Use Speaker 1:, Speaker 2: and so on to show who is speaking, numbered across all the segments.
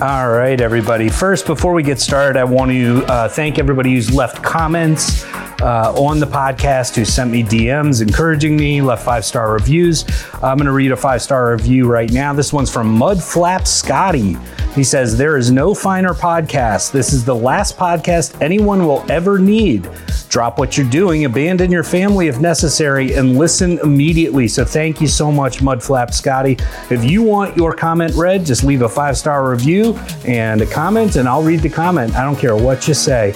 Speaker 1: All right, everybody. First, before we get started, I want to uh, thank everybody who's left comments uh, on the podcast, who sent me DMs encouraging me, left five star reviews. I'm going to read a five star review right now. This one's from Mudflap Scotty. He says, There is no finer podcast. This is the last podcast anyone will ever need. Drop what you're doing, abandon your family if necessary, and listen immediately. So thank you so much, Mudflap Scotty. If you want your comment read, just leave a five star review and a comment, and I'll read the comment. I don't care what you say.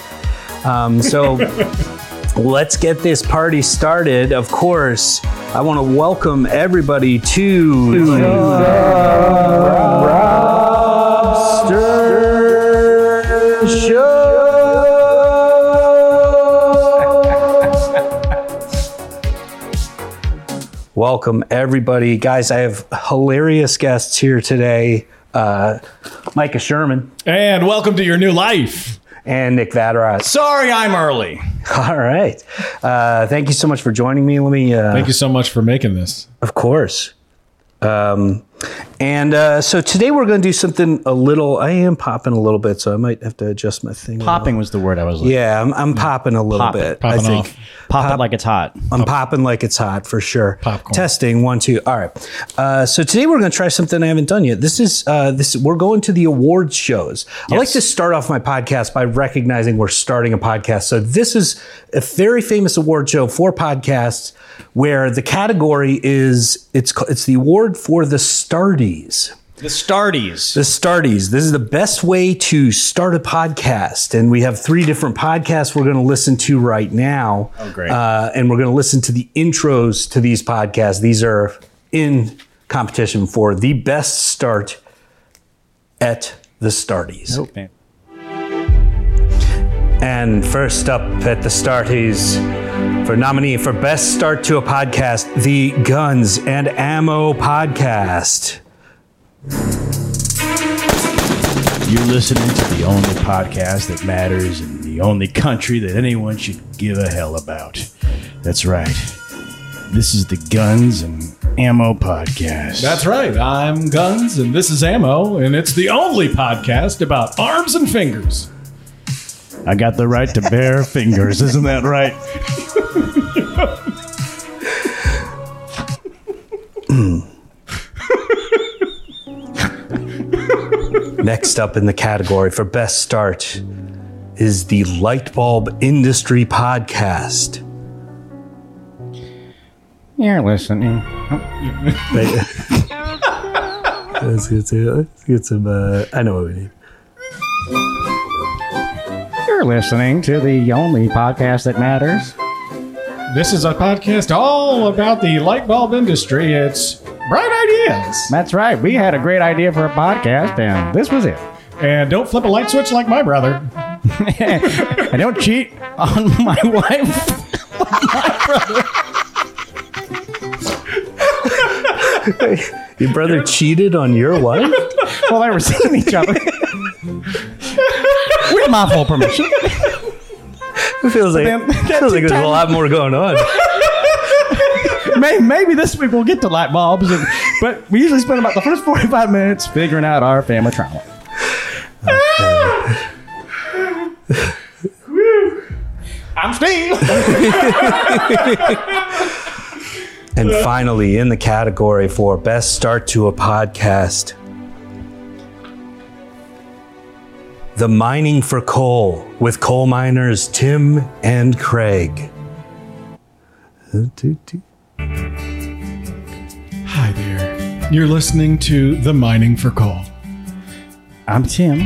Speaker 1: Um, so let's get this party started. Of course, I want to welcome everybody to Robster Show. Welcome everybody, guys. I have hilarious guests here today. Uh, Micah Sherman
Speaker 2: And welcome to your new life.
Speaker 1: and Nick Vaderas.
Speaker 2: Sorry, I'm early.
Speaker 1: All right, uh, thank you so much for joining me. Let me uh,
Speaker 2: Thank you so much for making this.
Speaker 1: Of course. Um, and uh, so today we're going to do something a little. I am popping a little bit, so I might have to adjust my thing. a little.
Speaker 3: Popping was the word I was looking.
Speaker 1: Yeah, I'm, I'm popping a little
Speaker 3: Pop it.
Speaker 1: bit.
Speaker 2: Popping
Speaker 1: I think
Speaker 2: off.
Speaker 3: Pop, it like it's hot.
Speaker 1: I'm popping like it's hot for sure.
Speaker 2: Popcorn.
Speaker 1: Testing one two. All right. Uh, so today we're going to try something I haven't done yet. This is uh, this. We're going to the awards shows. I like to start off my podcast by recognizing we're starting a podcast. So this is a very famous award show for podcasts where the category is it's ca- it's the award for the Stardies.
Speaker 3: The Stardies.
Speaker 1: The Stardies. This is the best way to start a podcast. And we have three different podcasts we're going to listen to right now. Oh,
Speaker 3: great.
Speaker 1: Uh, and we're going to listen to the intros to these podcasts. These are in competition for the best start at the Stardies. And first up at the Starties, for nominee for Best Start to a Podcast, the Guns and Ammo Podcast.
Speaker 4: You're listening to the only podcast that matters and the only country that anyone should give a hell about. That's right. This is the Guns and Ammo Podcast.
Speaker 2: That's right. I'm Guns, and this is Ammo, and it's the only podcast about arms and fingers.
Speaker 4: I got the right to bare fingers, isn't that right?
Speaker 1: Next up in the category for best start is the Lightbulb Industry Podcast.
Speaker 3: You're listening.
Speaker 1: Let's get, to, let's get some. Uh, I know what we need.
Speaker 3: You're listening to the only podcast that matters.
Speaker 2: This is a podcast all about the light bulb industry. It's bright ideas.
Speaker 3: That's right. We had a great idea for a podcast, and this was it.
Speaker 2: And don't flip a light switch like my brother.
Speaker 3: I don't cheat on my wife.
Speaker 1: Your brother cheated on your wife?
Speaker 3: Well, they were seeing each other. With my full permission.
Speaker 1: It feels like,
Speaker 3: Then-
Speaker 1: feels like there's a lot more going on.
Speaker 3: May- Maybe this week we'll get to light bulbs, and- but we usually spend about the first 45 minutes figuring out our family trauma.
Speaker 2: I'm Steve.
Speaker 1: And finally, in the category for best start to a podcast, the Mining for Coal with coal miners Tim and Craig.
Speaker 2: Hi there. You're listening to The Mining for Coal.
Speaker 3: I'm Tim.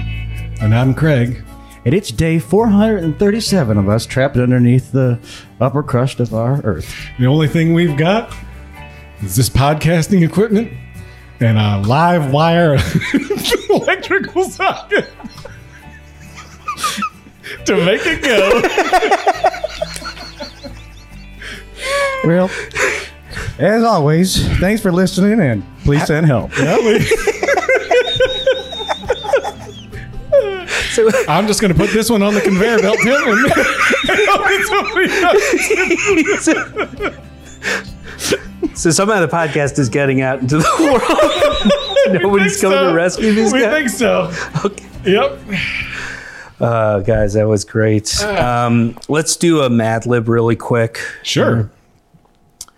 Speaker 2: And I'm Craig.
Speaker 3: And it's day 437 of us trapped underneath the upper crust of our earth.
Speaker 2: The only thing we've got is this podcasting equipment and a live wire electrical socket to make it go.
Speaker 3: Well, as always, thanks for listening and please send help.
Speaker 2: I'm just going to put this one on the conveyor belt, Tim. And It's over here.
Speaker 1: So somehow the podcast is getting out into the world. Nobody's coming to rescue this
Speaker 2: we
Speaker 1: guy?
Speaker 2: think so.
Speaker 1: Okay.
Speaker 2: Yep.
Speaker 1: Uh, guys, that was great. Um, let's do a Mad Lib really quick.
Speaker 2: Sure.
Speaker 1: Uh,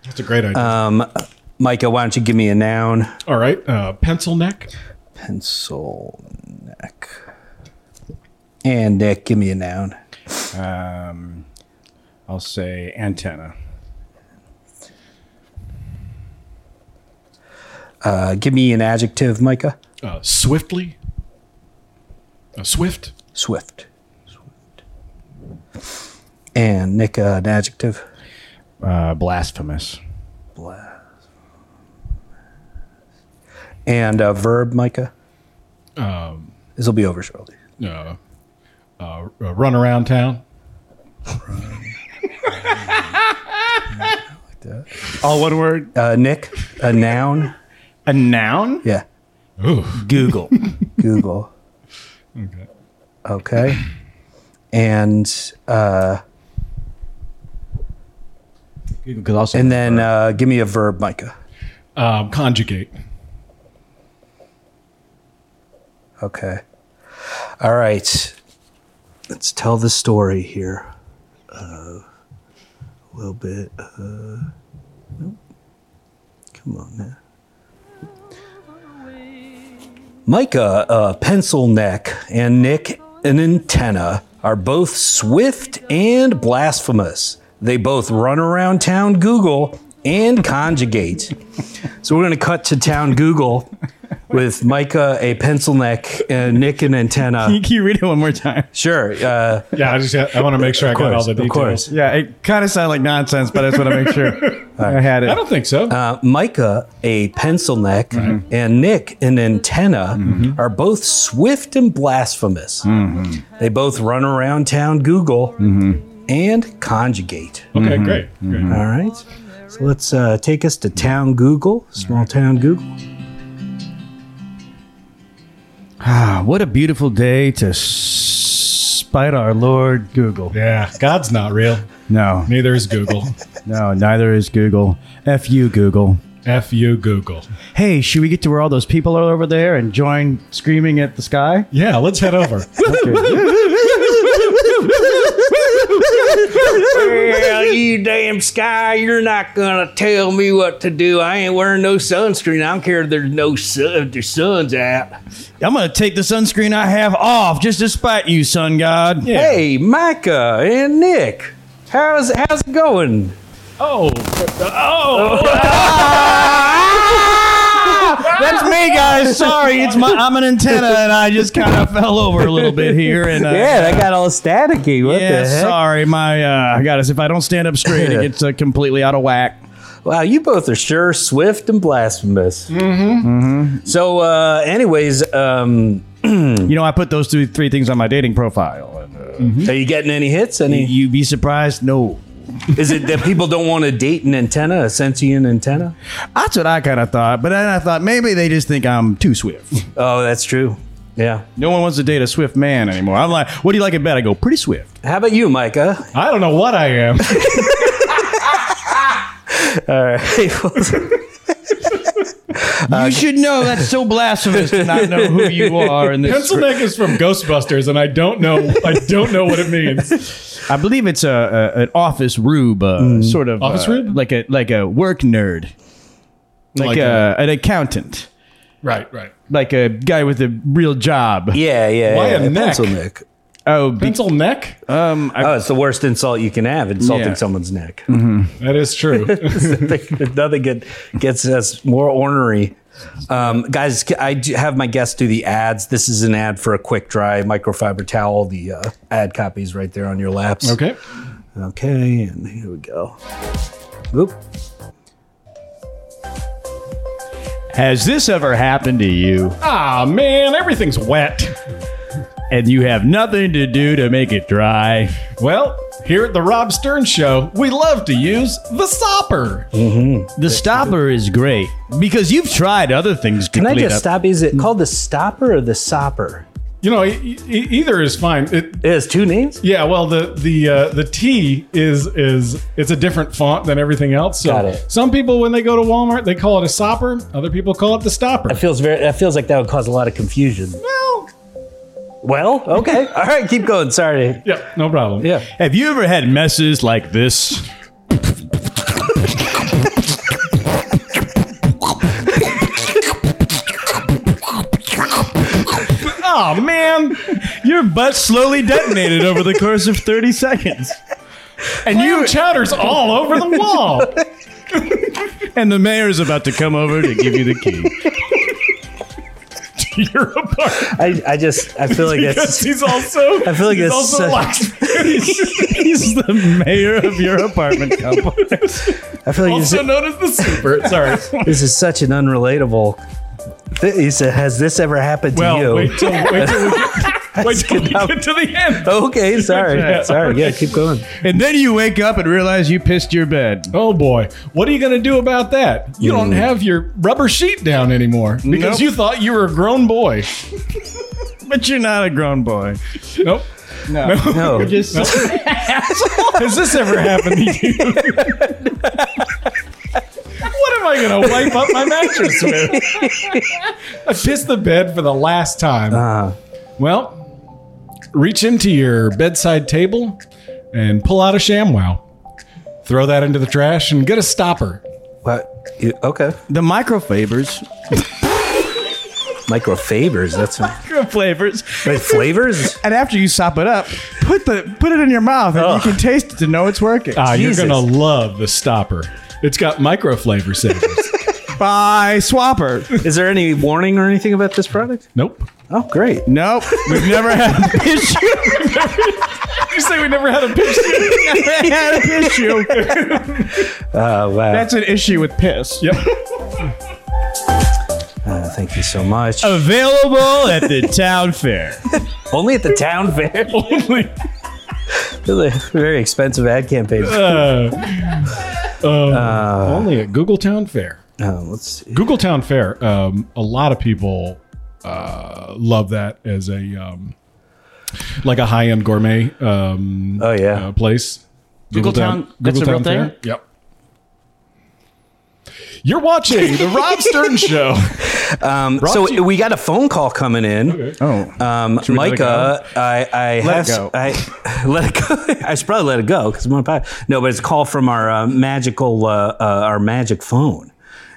Speaker 2: That's a great idea.
Speaker 1: Micah, why don't you give me a noun?
Speaker 2: All right. Uh, pencil neck.
Speaker 1: Pencil neck. And Nick, give me a noun.
Speaker 3: Um, I'll say antenna.
Speaker 1: Uh, give me an adjective, Micah.
Speaker 2: Uh, swiftly. Uh, swift.
Speaker 1: Swift. Swift. And Nick, uh, an adjective.
Speaker 3: Uh, blasphemous.
Speaker 1: Blah. And a verb, Micah.
Speaker 2: Um,
Speaker 1: This will be over shortly.
Speaker 2: uh, uh, run around town.
Speaker 3: All one word.
Speaker 1: Uh, Nick, a noun.
Speaker 3: A noun.
Speaker 1: Yeah.
Speaker 2: Ooh.
Speaker 3: Google.
Speaker 1: Google.
Speaker 2: Okay.
Speaker 1: Okay. And uh,
Speaker 5: Because also,
Speaker 1: and then uh, give me a verb, Micah.
Speaker 2: Um, conjugate.
Speaker 1: Okay. All right. Let's tell the story here. Uh, a little bit. Uh, nope. Come on now. Micah, a pencil neck, and Nick, an antenna, are both swift and blasphemous. They both run around town Google and conjugate. So we're going to cut to town Google with Micah, a pencil neck, and Nick, an antenna.
Speaker 5: can you read it one more time?
Speaker 1: Sure. Uh,
Speaker 2: Yeah, I just I want to make sure I got all the
Speaker 1: of
Speaker 2: details.
Speaker 1: course.
Speaker 5: Yeah, it kind of sounded like nonsense, but I just want to make sure I had it.
Speaker 2: I don't think so.
Speaker 1: Uh, Micah, a pencil neck, and Nick, an antenna,
Speaker 2: Mm-hmm.
Speaker 1: are both swift and blasphemous. They both run around town Google
Speaker 2: Mm-hmm.
Speaker 1: and conjugate.
Speaker 2: okay, great. great.
Speaker 1: All right. So let's uh, take us to town Google, small town Google.
Speaker 3: Ah, what a beautiful day to spite our Lord Google.
Speaker 2: Yeah, God's not real.
Speaker 3: No,
Speaker 2: Neither is Google.
Speaker 3: no, neither is Google. F you, Google.
Speaker 2: F you, Google.
Speaker 3: Hey, should we get to where all those people are over there and join screaming at the sky?
Speaker 2: Yeah, let's head over.
Speaker 1: Well, you damn sky, you're not gonna tell me what to do. I ain't wearing no sunscreen. I don't care if there's no sun, if the sun's out.
Speaker 3: I'm going to take the sunscreen I have off just to spite you, sun god.
Speaker 1: Hey, Micah and Nick, how's how's it going?
Speaker 2: oh,
Speaker 3: That's me, guys. Sorry, it's my. I'm an antenna, and I just kind of fell over a little bit here. And uh,
Speaker 1: Yeah, that got all staticky. What
Speaker 3: yeah,
Speaker 1: the heck?
Speaker 3: sorry, my uh, goddess. If I don't stand up straight, it gets uh, completely out of whack.
Speaker 1: Wow, you both are sure swift and blasphemous. Mm-hmm. So, uh, anyways, um,
Speaker 3: You know, I put those two, three things on my dating profile. And, uh,
Speaker 2: Mm-hmm.
Speaker 1: are you getting any hits? Any?
Speaker 3: You be surprised? No.
Speaker 1: Is it that people don't want to date an antenna, a sentient antenna?
Speaker 3: That's what I kind of thought, but then I thought maybe they just think I'm too swift.
Speaker 1: Oh, that's true. Yeah.
Speaker 3: No one wants to date a swift man anymore. I'm like, what do you like it better? I go pretty swift.
Speaker 1: How about you, Micah?
Speaker 2: I don't know what I am. Uh,
Speaker 3: you should know that's so blasphemous to not know who you are. In this,
Speaker 2: Pencil neck is from Ghostbusters, and I don't know. I don't know what it means.
Speaker 3: I believe it's a, a an office rube, uh, sort of
Speaker 2: Mm. Office
Speaker 3: uh,
Speaker 2: rube?
Speaker 3: like a like a work nerd, like,
Speaker 2: Like
Speaker 1: uh,
Speaker 3: a, an accountant,
Speaker 2: Right, right.
Speaker 3: like a guy with a real job.
Speaker 1: Yeah, yeah.
Speaker 2: Why
Speaker 1: yeah,
Speaker 2: a neck?
Speaker 1: Pencil neck.
Speaker 3: Oh, be,
Speaker 2: Pencil neck.
Speaker 3: um, I,
Speaker 1: Oh, it's the worst insult you can have, insulting
Speaker 3: Yeah.
Speaker 1: someone's neck.
Speaker 2: Mm-hmm. That is true.
Speaker 1: Nothing- nothing get, gets us more ornery. Um, guys, I do have my guests do the ads. This is an ad for a quick dry microfiber towel. The uh, ad copy is right there on your laps.
Speaker 2: Okay.
Speaker 1: Okay, and here we go. Oop.
Speaker 3: has this ever happened to you?
Speaker 2: Ah man, everything's wet.
Speaker 3: And you have nothing to do to make it dry.
Speaker 2: Well, here at the Rob Stern Show, we love to use the sopper.
Speaker 3: The stopper is great because you've tried other things.
Speaker 1: Can I just stop? Is it called the stopper or the sopper?
Speaker 2: You know, e- e- either is fine. It,
Speaker 1: It has two names.
Speaker 2: yeah, well, the the uh, the T is is it's a different font than everything else. So
Speaker 1: Got it.
Speaker 2: some people, when they go to Walmart, they call it a stopper. Other people call it the stopper.
Speaker 1: It feels very. That feels like that would cause a lot of confusion.
Speaker 2: well,
Speaker 1: Well, okay, all right, keep going. Sorry.
Speaker 2: yeah, no problem.
Speaker 1: Yeah.
Speaker 4: Have you ever had messes like this?
Speaker 2: Oh man,
Speaker 4: Your butt slowly detonated over the course of 30 seconds.
Speaker 2: and you chowder's all over the wall.
Speaker 4: And the mayor's about to come over to give you the key.
Speaker 2: You're a part
Speaker 1: I, I just I feel like
Speaker 2: because
Speaker 1: that's
Speaker 2: he's also.
Speaker 1: I feel like
Speaker 2: he's
Speaker 1: that's
Speaker 2: also
Speaker 1: such-
Speaker 2: locksmith,
Speaker 4: He's the mayor of your apartment complex.
Speaker 1: I feel like this,
Speaker 2: also known as the super. Sorry.
Speaker 1: this is such an unrelatable. Th- he said, "Has this ever happened to you?"
Speaker 2: Well, wait till wait till we get, wait till we
Speaker 1: enough.
Speaker 2: get to the end.
Speaker 1: Okay, sorry,
Speaker 2: Yeah.
Speaker 1: sorry. Yeah, keep going.
Speaker 4: And then you wake up and realize you pissed your bed.
Speaker 2: Oh boy, what are you going to do about that? You don't have your rubber sheet down anymore because
Speaker 4: Nope.
Speaker 2: you thought you were a grown boy.
Speaker 4: But you're not a grown boy.
Speaker 2: Nope.
Speaker 1: No,
Speaker 4: Just
Speaker 2: Has this ever happened to you? what am I going to wipe up my mattress with? I pissed the bed for the last time.
Speaker 1: uh,
Speaker 2: Well, reach into your bedside table and pull out a ShamWow. Throw that into the trash and get a stopper.
Speaker 1: what? You, okay,
Speaker 4: the microflavors.
Speaker 1: microfavors. That's
Speaker 4: Microflavors.
Speaker 1: wait, flavors.
Speaker 3: And after you sop it up, put the put it in your mouth and
Speaker 1: Ugh.
Speaker 3: you can taste it to know it's working.
Speaker 2: Ah, you're
Speaker 1: Jesus.
Speaker 2: going to love the stopper. It's got micro flavor savings.
Speaker 3: By Swapper.
Speaker 1: Is there any warning or anything about this product?
Speaker 2: nope.
Speaker 1: Oh, great.
Speaker 3: Nope. We've never had an issue.
Speaker 2: You say we never had a pitch.
Speaker 3: Never had an issue.
Speaker 1: Oh, wow.
Speaker 3: That's an issue with piss.
Speaker 2: yep.
Speaker 1: Uh, thank you so much.
Speaker 2: Oh.
Speaker 4: Available at the town fair.
Speaker 1: Only at the town fair.
Speaker 2: Only.
Speaker 1: Very expensive ad campaign.
Speaker 2: Uh, um, only at Google Town Fair.
Speaker 1: Uh, let's see.
Speaker 2: Google Town Fair. Um, a lot of people uh, love that as a um, like a high end gourmet. Um,
Speaker 1: Oh, yeah.
Speaker 2: uh, place.
Speaker 4: Google Town- that's a real thing?
Speaker 2: Yep. You're watching the Rob Stern Show.
Speaker 1: Um,
Speaker 2: Brought
Speaker 1: so
Speaker 2: to you-
Speaker 1: we got a phone call coming in.
Speaker 4: Oh.
Speaker 1: Um,
Speaker 2: we let it
Speaker 1: Micah, I, I have,
Speaker 3: Let it go.
Speaker 1: I let it go. I should probably let it go because I'm on pod. No, but it's a call from our uh, magical, uh, uh, our magic phone,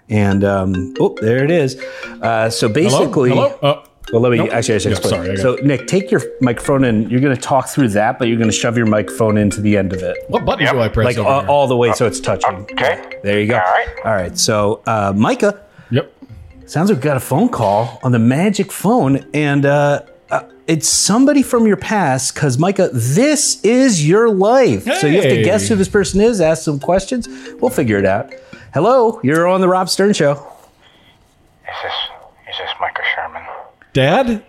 Speaker 1: and um, oh, there it is. Uh, so
Speaker 2: Hello.
Speaker 1: basically,
Speaker 2: Hello. Uh,
Speaker 1: Well, let me
Speaker 2: Nope.
Speaker 1: actually, I should
Speaker 2: Yeah,
Speaker 1: explain.
Speaker 2: sorry, I got
Speaker 1: so, Nick, take your microphone and you're going to talk through that, but you're going to shove your microphone into the end of it,
Speaker 2: what buttons do I press?
Speaker 1: like
Speaker 2: over
Speaker 1: all,
Speaker 2: here? Uh,
Speaker 1: all the way, so it's touching.
Speaker 6: Okay.
Speaker 1: There you go.
Speaker 6: All right.
Speaker 1: All right. So, uh, Micah,
Speaker 2: Yep.
Speaker 1: sounds like we got a phone call on the magic phone, and uh, uh, it's somebody from your past. Because Micah, this is your life. So you have to
Speaker 2: Hey.
Speaker 1: guess who this person is, ask some questions. We'll figure it out. Hello, you're on the Rob Stern show.
Speaker 6: Is this is this Michael Sherman?
Speaker 2: Dad.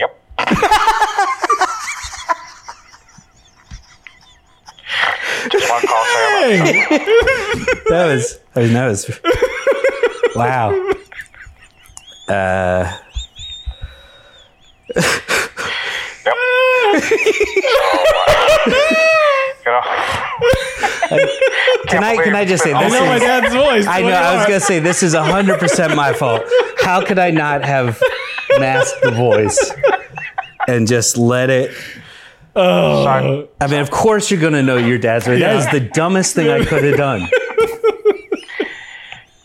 Speaker 6: Yep. Just one call to him.
Speaker 1: that was I mean that was wow. Uh,
Speaker 6: You know,
Speaker 1: can I can I just say this?
Speaker 2: I know my
Speaker 1: is,
Speaker 2: dad's voice.
Speaker 1: I know I was gonna say this is hundred percent my fault. How could I not have masked the voice and just let it?
Speaker 6: son,
Speaker 1: I mean, of course you're gonna know your dad's voice. That is
Speaker 2: Yeah.
Speaker 1: the dumbest thing I could have done.
Speaker 6: but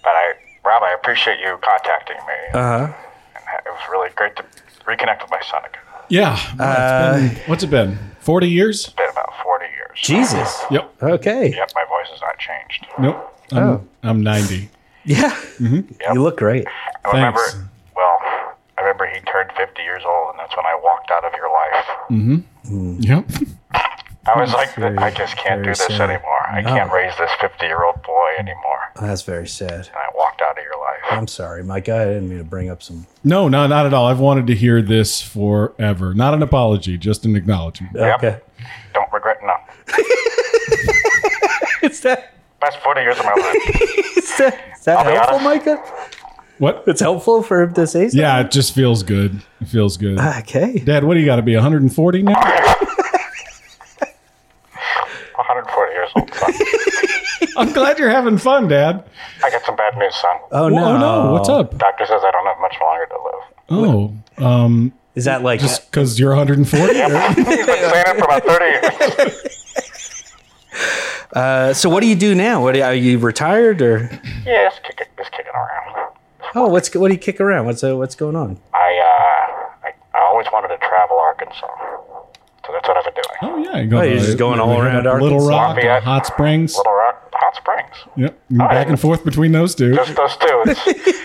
Speaker 6: I, Rob, I appreciate you contacting me. Uh
Speaker 1: Uh-huh.
Speaker 6: huh. It was really great to reconnect with my son again.
Speaker 2: Yeah.
Speaker 1: Uh,
Speaker 2: Well, it's been- what's it been? Forty years.
Speaker 6: It's been about 40 years.
Speaker 1: Jesus.
Speaker 2: Yep.
Speaker 1: Okay.
Speaker 6: Yep, my voice has not changed.
Speaker 2: Nope. I'm,
Speaker 1: Oh.
Speaker 2: I'm 90.
Speaker 1: Yeah. Mm-hmm. You look great.
Speaker 6: I remember,
Speaker 2: Thanks.
Speaker 6: well, I remember he turned 50 years old, and that's when I walked out of your life.
Speaker 2: Yep.
Speaker 6: I was like, I just can't do
Speaker 1: very
Speaker 6: this
Speaker 1: sad.
Speaker 6: anymore. I can't raise this 50 year old boy anymore.
Speaker 1: Oh, That's very sad.
Speaker 6: And I walked out of your life.
Speaker 1: I'm sorry, Mike. I didn't mean to bring up some.
Speaker 2: No, no, not at all. I've wanted to hear this forever. Not an apology, just an acknowledgement.
Speaker 6: Yep.
Speaker 1: Okay.
Speaker 6: Don't regret nothing.
Speaker 1: Is that
Speaker 6: Best 40 years of my life.
Speaker 1: is that, is that
Speaker 6: be
Speaker 1: helpful,
Speaker 6: honest.
Speaker 1: Micah?
Speaker 2: What?
Speaker 1: It's helpful for him to say something.
Speaker 2: Yeah, it just feels good. It feels good.
Speaker 1: Uh, Okay.
Speaker 2: Dad, what do you got to be 140 now?
Speaker 6: 140 years old. Son.
Speaker 2: I'm glad you're having fun, Dad.
Speaker 6: I got some bad news, son.
Speaker 1: Oh no.
Speaker 2: Oh no, what's up?
Speaker 6: Doctor says I don't have much longer to live.
Speaker 2: Oh, um,
Speaker 1: Is that like
Speaker 2: just because Oh, you're 140? or-
Speaker 6: He's been saying it for about 30 years.
Speaker 1: uh, so? What do you do now? What are you retired or?
Speaker 6: Yeah, it's, kick, it's kicking around.
Speaker 1: Oh, what's what do you kick around? What's uh, what's going on?
Speaker 6: I, uh, I, I always wanted to travel Arkansas. So that's what I've been doing.
Speaker 2: oh yeah, you go
Speaker 1: Oh,
Speaker 2: to-
Speaker 1: you're just going all
Speaker 2: we had
Speaker 1: around
Speaker 2: a Little
Speaker 1: Arkansas.
Speaker 2: Rock,
Speaker 6: Lafayette.
Speaker 2: Hot Springs.
Speaker 6: Little Rock, Hot Springs.
Speaker 2: Yep, back and forth between those two.
Speaker 6: Just those two. It's,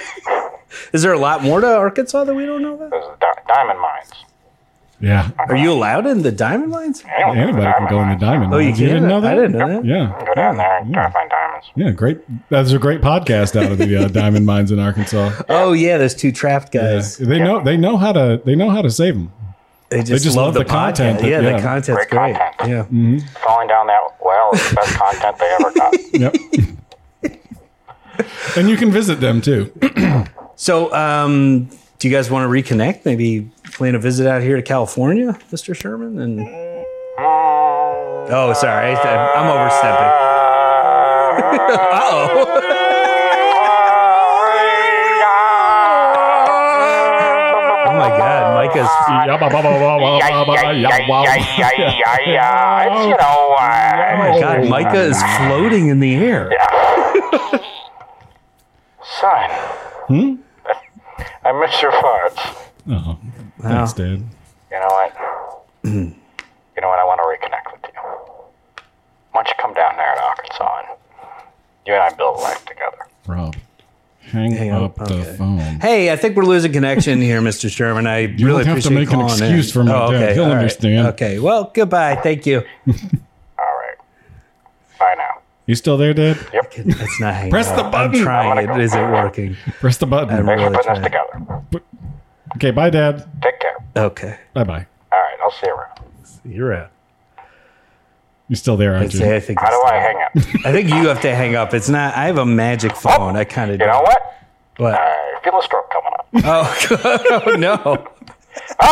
Speaker 1: Is there a lot more to Arkansas that we don't know about?
Speaker 6: there's the di- diamond mines.
Speaker 2: Yeah,
Speaker 1: Are you allowed in the diamond mines?
Speaker 6: Anyone can
Speaker 2: anybody
Speaker 6: do
Speaker 2: can go in the
Speaker 6: mines.
Speaker 2: diamond.
Speaker 1: Oh, you,
Speaker 2: mines.
Speaker 1: can?
Speaker 2: didn't know that?
Speaker 1: I didn't know that.
Speaker 2: Yeah,
Speaker 6: Go down there and try to find diamonds.
Speaker 2: yeah, great. That's a great podcast out of the uh, diamond mines in Arkansas.
Speaker 1: Oh yeah, those two trapped
Speaker 2: Yeah.
Speaker 1: guys.
Speaker 2: They know they know how to they know how to save them.
Speaker 1: They, just
Speaker 2: just
Speaker 1: love, the,
Speaker 2: love the content
Speaker 1: podcast.
Speaker 2: that-
Speaker 1: Yeah, the
Speaker 2: yeah. Mm.
Speaker 1: content's
Speaker 6: Great
Speaker 1: great.
Speaker 6: content.
Speaker 1: Yeah.
Speaker 6: Falling down that well is the best content they ever got.
Speaker 2: Yep. and you can visit them too. Oh,
Speaker 1: So, um, do you guys want to reconnect? Maybe plan a visit out here to California, Mr. Sherman? And oh, sorry, I- I'm overstepping. Uh-oh. Oh my God, Micah's. oh
Speaker 6: It's, you know, uh,
Speaker 1: Oh my God, Micah is floating in the air.
Speaker 6: son.
Speaker 1: Hmm?
Speaker 6: I miss your farts.
Speaker 2: Oh, thanks, Dad.
Speaker 6: You know what? you know what? I want to reconnect with you. Why don't you come down there in Arkansas and you and I build a life together?
Speaker 2: Rob, hang,
Speaker 1: up,
Speaker 2: up, the phone.
Speaker 1: Hey, I think we're losing connection here, Mr. Sherman. I really
Speaker 2: don't have to
Speaker 1: appreciate
Speaker 2: make an
Speaker 1: calling in.
Speaker 2: excuse for my
Speaker 1: Oh,
Speaker 2: dad. He'll
Speaker 1: all right.
Speaker 2: understand.
Speaker 1: Okay. Well, goodbye. Thank you.
Speaker 6: All right. Bye now.
Speaker 2: You still there, Dad?
Speaker 1: It's not hanging.
Speaker 2: Press
Speaker 1: up.
Speaker 2: the
Speaker 1: I'm
Speaker 2: button.
Speaker 1: trying.
Speaker 6: I'm gonna
Speaker 1: It
Speaker 6: go.
Speaker 1: isn't working.
Speaker 2: Press the button.
Speaker 1: I
Speaker 6: Thanks
Speaker 1: really
Speaker 6: for putting
Speaker 1: tried.
Speaker 6: this together.
Speaker 2: Okay, bye, Dad.
Speaker 6: Take care.
Speaker 1: Okay.
Speaker 2: Bye, bye.
Speaker 6: All right. I'll see you around.
Speaker 1: You're out.
Speaker 2: You're still there,
Speaker 1: I'd
Speaker 2: aren't
Speaker 1: say
Speaker 2: you?
Speaker 1: I think.
Speaker 6: How
Speaker 1: it's
Speaker 6: do I
Speaker 1: not-
Speaker 6: hang up? You
Speaker 1: I think you have to hang up. It's not. I have a magic phone. I kind of
Speaker 6: Oh, know
Speaker 1: don't.
Speaker 6: what?
Speaker 1: What?
Speaker 6: I feel a stroke coming up.
Speaker 1: Oh, oh no!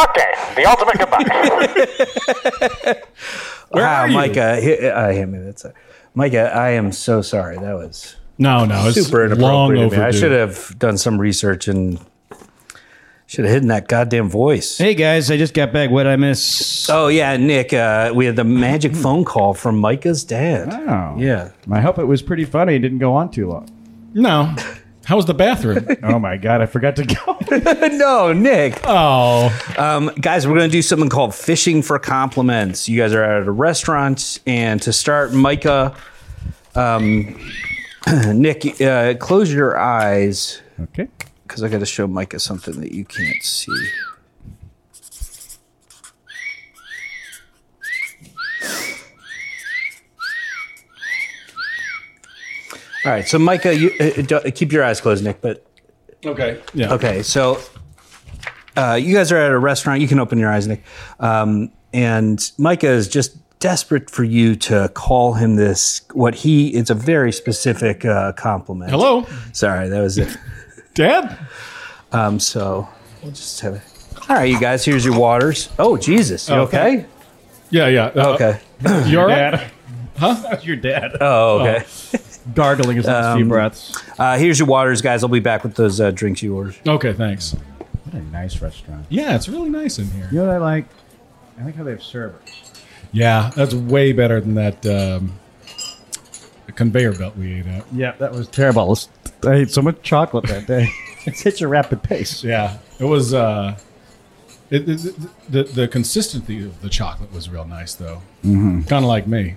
Speaker 6: Okay. The ultimate goodbye.
Speaker 1: Where wow,
Speaker 2: are you?
Speaker 1: Micah. Hi, uh, hit me. That's it. Micah. I am so sorry. That was
Speaker 2: No, no, it's
Speaker 1: super
Speaker 2: long
Speaker 1: inappropriate. of me.
Speaker 2: overdue.
Speaker 1: I should have done some research and should have hidden that goddamn voice.
Speaker 3: Hey guys, I just got back. What I miss?
Speaker 1: Oh yeah, Nick. Uh, we had the magic phone call from Micah's dad.
Speaker 3: Wow.
Speaker 1: Yeah.
Speaker 3: Oh. I hope it was pretty funny. It didn't go on too long.
Speaker 2: No. How was the bathroom?
Speaker 3: Oh my god, I forgot to go.
Speaker 1: no, Nick.
Speaker 2: oh,
Speaker 1: Um, guys, we're going to do something called fishing for compliments. You guys are at a restaurant, and to start, Micah, um, Nick, uh, close your eyes
Speaker 3: okay.
Speaker 1: because I got to show Micah something that you can't see. All right, so Micah, you uh, uh, don't- keep your eyes closed, Nick, but
Speaker 2: okay. Yeah.
Speaker 1: Okay, so uh, you guys are at a restaurant. You can open your eyes, Nick. Um, and Micah is just desperate for you to call him this. What he? It's a very specific uh, compliment.
Speaker 2: Hello,
Speaker 1: Sorry, that was it.
Speaker 2: Dad.
Speaker 1: Um, so we'll just have it. All right, you guys. Here's your waters. Oh Jesus, you okay?
Speaker 2: Yeah, yeah. uh,
Speaker 1: Okay.
Speaker 2: You all right?
Speaker 3: Dad. Huh? Your dad.
Speaker 1: Oh, okay.
Speaker 3: Uh, Gargling his last few breaths.
Speaker 1: Uh, here's your waters, guys. I'll be back with those uh, drinks you ordered.
Speaker 2: Okay, thanks.
Speaker 3: What a nice restaurant.
Speaker 2: Yeah, it's really nice in here.
Speaker 3: You know what I like? I like how they have servers.
Speaker 2: Yeah, that's way better than that um, conveyor belt we ate at.
Speaker 3: Yeah, that was terrible. I ate so much chocolate that day. it's such a rapid pace.
Speaker 2: Yeah, it was. Uh, it, it, the the consistency of the chocolate was real nice though. Mm-hmm. Kind of like me.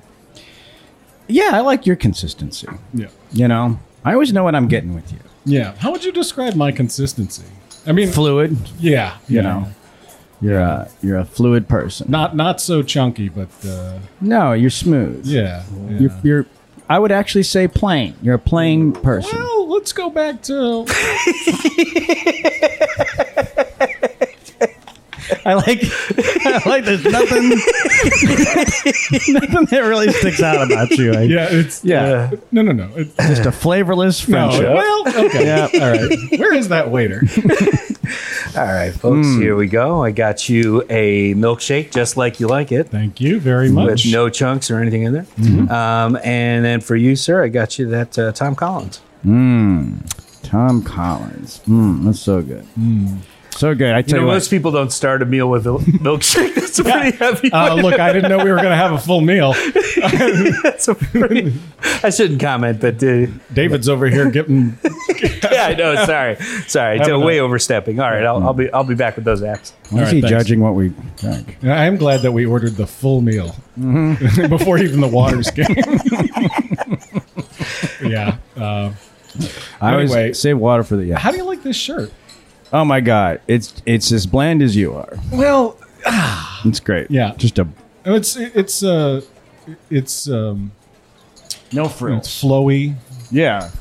Speaker 3: Yeah, I like your consistency.
Speaker 2: Yeah.
Speaker 3: You know, I always know what I'm getting with you.
Speaker 2: Yeah. How would you describe my consistency? I mean,
Speaker 3: Fluid.
Speaker 2: yeah,
Speaker 3: You know, you're a you're a fluid person.
Speaker 2: not not so chunky, but uh,
Speaker 3: No, you're smooth.
Speaker 2: yeah. yeah.
Speaker 3: You're, you're I would actually say plain. You're a plain person.
Speaker 2: well, let's go back to
Speaker 3: I like, I like. There's nothing, nothing that really sticks out about you. I,
Speaker 2: Yeah, it's
Speaker 3: Yeah.
Speaker 2: no, no, no. It's
Speaker 3: just a flavorless
Speaker 2: no.
Speaker 3: friendship.
Speaker 2: Well, okay.
Speaker 3: Yeah.
Speaker 2: All right. Where is that waiter?
Speaker 1: All right, folks, here we go. I got you a milkshake just like you like it.
Speaker 2: Thank you very much.
Speaker 1: With no chunks or anything in there. Um, and then for you, sir, I got you that uh, Tom Collins.
Speaker 3: Tom Collins. Mm, that's so good.
Speaker 2: Hmm.
Speaker 3: So good. I
Speaker 1: You
Speaker 3: tell you,
Speaker 1: know,
Speaker 3: what.
Speaker 1: most people don't start a meal with a milkshake. That's a pretty heavy.
Speaker 2: Uh, look, I didn't know we were going to have a full meal.
Speaker 1: That's a pretty. I shouldn't comment, but uh,
Speaker 2: David's over here getting.
Speaker 1: yeah, I know. Sorry, sorry, I did-
Speaker 2: enough.
Speaker 1: way overstepping. All right, I'll, I'll be I'll be back with those apps.
Speaker 3: why is
Speaker 2: All right,
Speaker 3: he
Speaker 2: thanks.
Speaker 3: judging what we drink?
Speaker 2: I am glad that we ordered the full meal before even the waters came. yeah. Uh,
Speaker 3: I
Speaker 2: Anyway.
Speaker 3: always save water for the yeah.
Speaker 2: how do you like this shirt?
Speaker 3: Oh my god, it's it's as bland as you are.
Speaker 2: Well,
Speaker 3: It's great.
Speaker 2: Yeah.
Speaker 3: just a
Speaker 2: it's it's uh, it's um,
Speaker 3: no
Speaker 2: it's flowy.
Speaker 3: Yeah,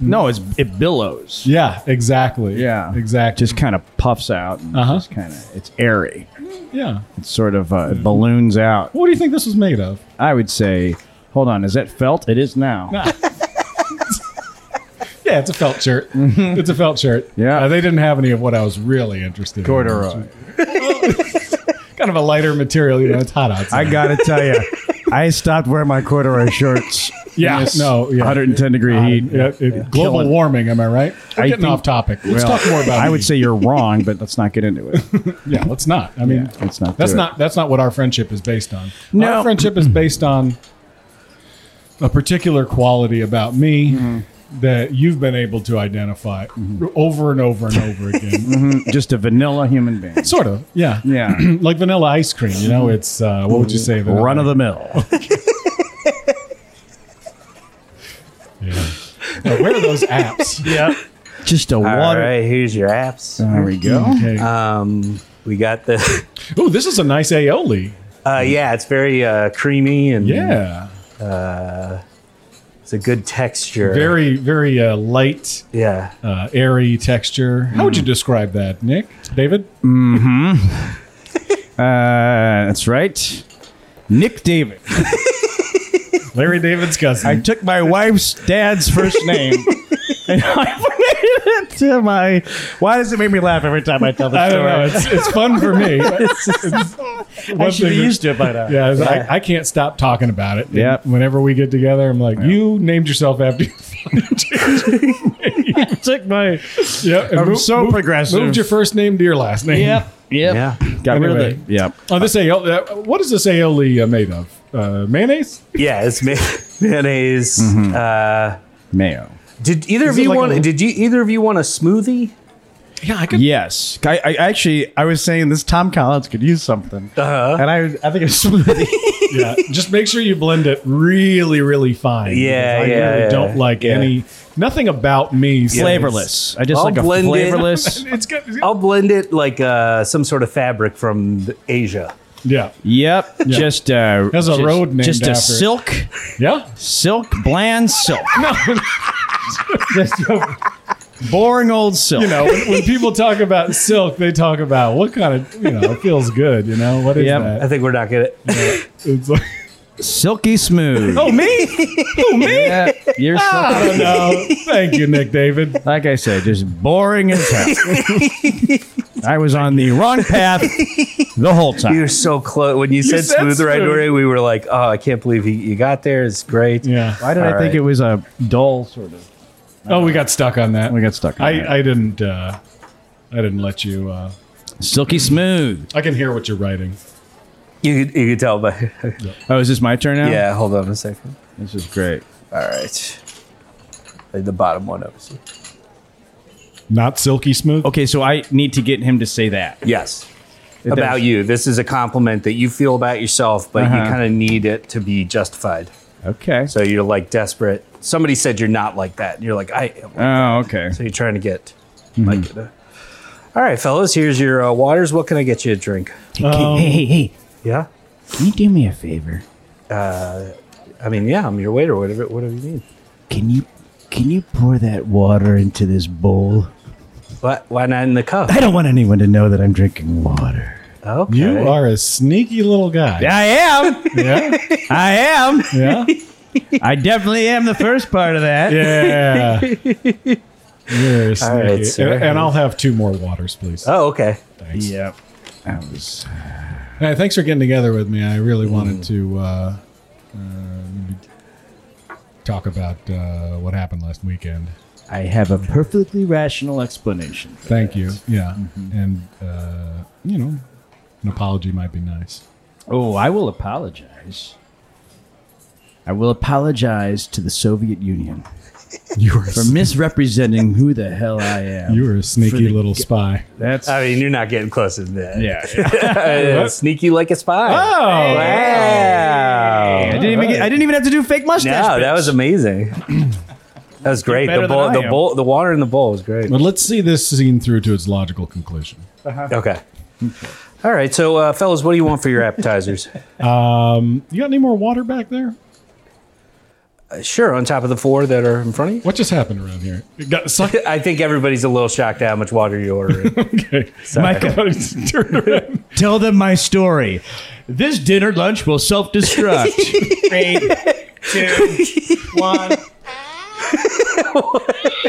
Speaker 3: no, it's it billows.
Speaker 2: Yeah, exactly.
Speaker 3: Yeah.
Speaker 2: exactly.
Speaker 3: Just kind of puffs out. And
Speaker 2: Uh-huh.
Speaker 3: Just kind of it's airy.
Speaker 2: yeah.
Speaker 3: It's sort of uh, it balloons out.
Speaker 2: What do you think this was made of?
Speaker 3: I would say. Hold on, is that felt? It is now.
Speaker 2: Yeah, it's a felt shirt. It's a felt shirt.
Speaker 3: Mm-hmm. Yeah.
Speaker 2: Uh, they didn't have any of what I was really interested in.
Speaker 3: Corduroy.
Speaker 2: Kind of a lighter material. You know, it's hot
Speaker 3: I
Speaker 2: outside.
Speaker 3: gotta tell you, I stopped wearing my corduroy shirts.
Speaker 2: yeah.
Speaker 3: Yes.
Speaker 2: No. Yeah. Uh,
Speaker 3: 110 degree heat.
Speaker 2: Yeah, it- global
Speaker 3: Killing-
Speaker 2: warming. Am I right? We're
Speaker 3: I
Speaker 2: getting
Speaker 3: think-
Speaker 2: off topic. Let's
Speaker 3: Well,
Speaker 2: talk more about.
Speaker 3: I would
Speaker 2: heat.
Speaker 3: say you're wrong, but let's not get into it.
Speaker 2: yeah. Let's not. I mean,
Speaker 3: Yeah, let's not
Speaker 2: That's
Speaker 3: do it.
Speaker 2: not. That's not what our friendship is based on.
Speaker 3: No.
Speaker 2: Our friendship is based on a particular quality about me.
Speaker 3: Mm-hmm.
Speaker 2: That you've been able to identify over and over and over again,
Speaker 3: Just a vanilla human being.
Speaker 2: sort of, yeah,
Speaker 3: Mm-hmm. Yeah. Mm-hmm.
Speaker 2: like vanilla ice cream. You know, it's uh, what would you say? vanilla-
Speaker 3: Run of the mill.
Speaker 2: Uh, where are those apps?
Speaker 3: Yeah. Just a
Speaker 1: All right,
Speaker 3: water.
Speaker 1: here's your apps.
Speaker 3: There we go.
Speaker 2: Okay.
Speaker 1: Um, we got the.
Speaker 2: oh, this is a nice
Speaker 3: Mm.
Speaker 2: aioli.
Speaker 1: Uh, yeah, it's very uh, creamy and
Speaker 2: Yeah,
Speaker 1: it's a good texture.
Speaker 2: very very uh, light,
Speaker 1: yeah.
Speaker 2: uh, airy texture. How
Speaker 3: Mm.
Speaker 2: would you describe that, Nick? David?
Speaker 3: Uh, that's right. Nick David.
Speaker 2: Larry David's
Speaker 3: I
Speaker 2: cousin.
Speaker 3: took my wife's dad's first name and I related it to my. Why does it make me laugh every time I tell
Speaker 2: I,
Speaker 3: the
Speaker 2: don't know.
Speaker 3: story?
Speaker 2: It's, it's fun for me. It's- it's one
Speaker 3: I should be
Speaker 2: thing that-
Speaker 3: used to it by now.
Speaker 2: Yeah, it's- I, I can't stop talking about it.
Speaker 3: Yep.
Speaker 2: Whenever we get together, I'm like, you named yourself after.
Speaker 3: I took my.
Speaker 2: yep.
Speaker 3: I'm so progressive.
Speaker 2: Moved your first name to your last name.
Speaker 1: Yeah.
Speaker 3: Got rid
Speaker 2: Anyway.
Speaker 3: of the. Yep.
Speaker 2: Oh, this aioli. uh, What is this aioli uh, made of? Uh, mayonnaise?
Speaker 1: Yeah, it's ma- mayonnaise. Uh,
Speaker 3: Mayo.
Speaker 1: did either
Speaker 2: Is
Speaker 1: of
Speaker 2: it
Speaker 1: you
Speaker 2: like
Speaker 1: want?
Speaker 2: a-
Speaker 1: did you either of you want a smoothie?
Speaker 2: Yeah, I could.
Speaker 3: Yes. I, I actually I was saying this Tom Collins could use something.
Speaker 1: Uh-huh.
Speaker 3: And I I think it's smoothie.
Speaker 2: yeah, just make sure you blend it really, really fine.
Speaker 1: Yeah,
Speaker 2: because I
Speaker 1: yeah,
Speaker 2: really
Speaker 1: yeah.
Speaker 2: don't like
Speaker 1: Yeah.
Speaker 2: any nothing about me. says-
Speaker 3: flavorless. Oh. I just
Speaker 1: I'll
Speaker 3: like a
Speaker 1: blend it.
Speaker 3: flavorless.
Speaker 2: It's good.
Speaker 1: I'll blend it like uh, some sort of fabric from the- Asia.
Speaker 2: Yeah,
Speaker 3: yep. Just uh,
Speaker 2: Has a
Speaker 3: just-
Speaker 2: road named
Speaker 3: Just a
Speaker 2: after it.
Speaker 3: silk,
Speaker 2: yeah.
Speaker 3: silk, bland silk. no. boring old silk.
Speaker 2: You know, when, when people talk about silk, they talk about what kind of you know it feels good. You know what is
Speaker 3: Yep.
Speaker 1: I
Speaker 2: that?
Speaker 1: think we're not gonna.
Speaker 2: It's like,
Speaker 3: silky smooth.
Speaker 2: oh me? Oh me? Ah.
Speaker 3: Yeah, you're
Speaker 2: I
Speaker 3: silky.
Speaker 2: don't know. Thank you, Nick David.
Speaker 3: Like I said, just boring as hell. I was on the wrong path the whole
Speaker 1: You're
Speaker 3: time.
Speaker 1: so close. When you, said,
Speaker 2: said
Speaker 1: smooth right
Speaker 2: smooth.
Speaker 1: away, we were like, "Oh, I can't believe he, you got there. It's great."
Speaker 2: Yeah.
Speaker 3: Why did I
Speaker 1: All
Speaker 3: think
Speaker 1: right.
Speaker 3: it was a dull sort of?
Speaker 2: Oh, we got stuck on that.
Speaker 3: We got stuck. on that.
Speaker 2: I I didn't uh, I didn't let you. Uh,
Speaker 3: silky smooth.
Speaker 2: I can hear what you're writing.
Speaker 1: You could- you could tell by.
Speaker 3: Oh, is this my turn now?
Speaker 1: yeah, hold on a second.
Speaker 3: This is great.
Speaker 1: All right, the bottom one, obviously.
Speaker 2: Not silky smooth.
Speaker 3: Okay, so I need to get him to say that.
Speaker 1: Yes,
Speaker 3: It
Speaker 1: about
Speaker 3: does.
Speaker 1: you. This is a compliment that you feel about yourself, but you
Speaker 3: Uh-huh.
Speaker 1: kind of need it to be justified.
Speaker 3: Okay.
Speaker 1: So you're like desperate. Somebody said you're not like that. And you're like, I am.
Speaker 3: oh, okay.
Speaker 1: So you're trying to get like. uh, all right, fellas. Here's your uh, waters. What can I get you a drink?
Speaker 3: hey, hey, hey.
Speaker 1: Yeah.
Speaker 3: Can you do me a favor?
Speaker 1: I mean, yeah, I'm your waiter. Whatever, whatever you need.
Speaker 3: Can you can you pour that water into this bowl?
Speaker 1: Why, why not in the cup?
Speaker 3: I don't want anyone to know that I'm drinking water.
Speaker 1: Okay.
Speaker 2: You are a sneaky little guy.
Speaker 4: I am.
Speaker 2: Yeah.
Speaker 4: I am.
Speaker 2: Yeah.
Speaker 4: I definitely am the first part of that.
Speaker 2: Yeah. You're sneaky.
Speaker 1: right, sir.
Speaker 2: and, and I'll have two more waters, please.
Speaker 1: Oh, okay.
Speaker 2: Thanks.
Speaker 4: Yep. That was
Speaker 2: Hey, thanks for getting together with me. I really wanted to uh, uh, talk about uh, what happened last weekend.
Speaker 4: I have a perfectly rational explanation. for
Speaker 2: Thank
Speaker 4: that.
Speaker 2: you. Yeah. And, uh, you know, an apology might be nice.
Speaker 4: Oh, I will apologize. I will apologize to the Soviet Union
Speaker 2: You were,
Speaker 4: for misrepresenting who the hell I am.
Speaker 2: you were a
Speaker 4: for
Speaker 2: sneaky
Speaker 4: the
Speaker 2: little
Speaker 4: g-
Speaker 2: spy.
Speaker 4: That's
Speaker 1: I mean, you're not getting closer to that.
Speaker 4: yeah. yeah.
Speaker 1: Uh, sneaky like a spy.
Speaker 4: Oh,
Speaker 1: wow.
Speaker 4: I didn't even get, I didn't even have to do fake mustache.
Speaker 1: No, that
Speaker 4: bits.
Speaker 1: was amazing. That was great.
Speaker 4: better
Speaker 1: The
Speaker 4: than
Speaker 1: bowl,
Speaker 4: I
Speaker 1: the
Speaker 4: am.
Speaker 1: bowl, the water in the bowl was great.
Speaker 2: But let's see this scene through to its logical conclusion.
Speaker 1: Okay. All right. So, uh, fellas, what do you want for your appetizers?
Speaker 2: You got any more water back there?
Speaker 1: sure. On top of the four that are in front of you.
Speaker 2: What just happened around here? It got sucked.
Speaker 1: I think everybody's a little shocked at how much water you ordered.
Speaker 2: Okay.
Speaker 4: Michael,
Speaker 2: Turn around.
Speaker 4: tell them my story. This dinner lunch will self destruct.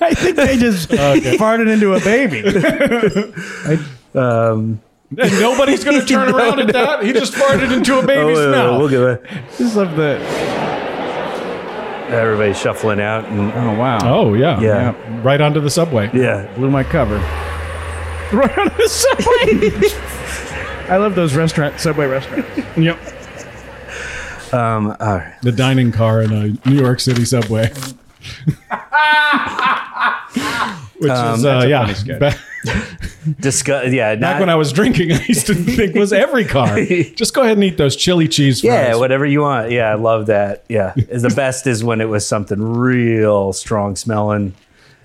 Speaker 3: I think they just farted into a baby.
Speaker 1: um,
Speaker 2: And nobody's going to turn around at that. He just farted into a baby's mouth.
Speaker 1: Oh, we'll give it.
Speaker 3: just love the.
Speaker 1: Everybody's shuffling out, and
Speaker 3: Oh wow!
Speaker 2: Oh yeah.
Speaker 1: Yeah.
Speaker 2: Right onto the subway.
Speaker 1: yeah,
Speaker 3: Blew my cover. Right on the subway. I love those restaurant subway restaurants.
Speaker 2: Yep.
Speaker 1: um, all right.
Speaker 2: The dining car in a New York City subway. Which
Speaker 1: Um,
Speaker 2: is uh, yeah. Back,
Speaker 1: Discuss. Yeah,
Speaker 2: back when I was drinking, I used to think was every car. Just go ahead and eat those chili cheese fries.
Speaker 1: yeah, whatever you want. Yeah, I love that. Yeah, Is the best is when it was something real strong smelling,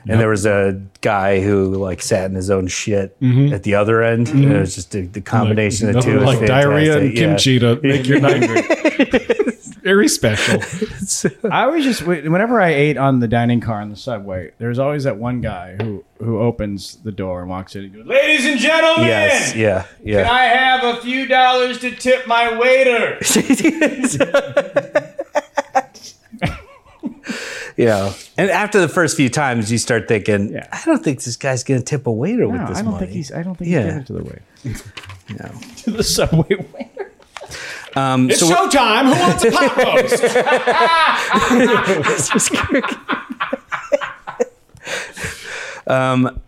Speaker 1: and there was a guy who like sat in his own shit at the other end. And it was just the, the combination of the two,
Speaker 2: Nothing
Speaker 1: was
Speaker 2: Mm-hmm. like diarrhea and
Speaker 1: fantastic. Yeah.
Speaker 2: kimchi to make your night great. Very special.
Speaker 3: I was just whenever I ate on the dining car on the subway, there's always that one guy who who opens the door and walks in and goes, "Ladies and gentlemen,
Speaker 1: Yes, yeah, yeah.
Speaker 3: I have a few dollars to tip my waiter."
Speaker 1: Yeah. And after the first few times, you start thinking, I don't think this guy's going to tip a waiter with
Speaker 3: No,
Speaker 1: this
Speaker 3: I don't
Speaker 1: money.
Speaker 3: think he's. I don't think
Speaker 1: Yeah.
Speaker 3: he gave it to the waiter.
Speaker 4: the subway went.
Speaker 1: um, so we're-
Speaker 2: Showtime. Who wants a pop toast?
Speaker 1: um,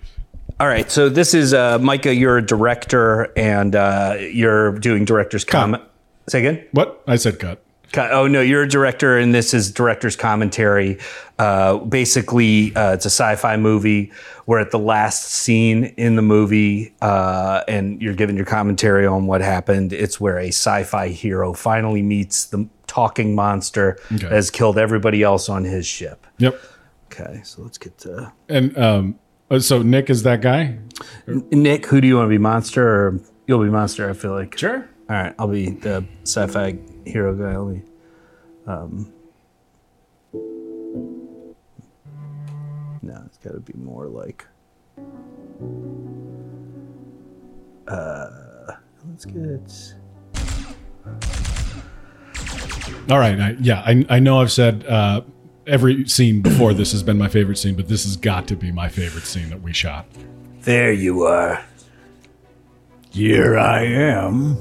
Speaker 1: all right. So this is uh, Micah. You're a director, and uh, you're doing director's comment. Say again.
Speaker 2: What? I said cut.
Speaker 1: Co- Oh no, you're a director, and this is director's commentary. Uh, basically, uh, it's a sci-fi movie. We're at the last scene in the movie, uh, and you're giving your commentary on what happened. It's where a sci-fi hero finally meets the talking monster
Speaker 2: Okay.
Speaker 1: that has killed everybody else on his ship.
Speaker 2: Yep.
Speaker 1: Okay, so let's get to
Speaker 2: And um, uh, so Nick is that guy.
Speaker 1: Nick. Who do you want to be, monster or you'll be monster? I feel like sure. All right, I'll be the sci-fi hero guy. I'll be. Um, no, it's got to be more like. Uh, let's get.
Speaker 2: All right. I, yeah. I, I know I've said uh, every scene before this has been my favorite scene, but this has got to be my favorite scene that we shot.
Speaker 1: There you are.
Speaker 4: Here I am.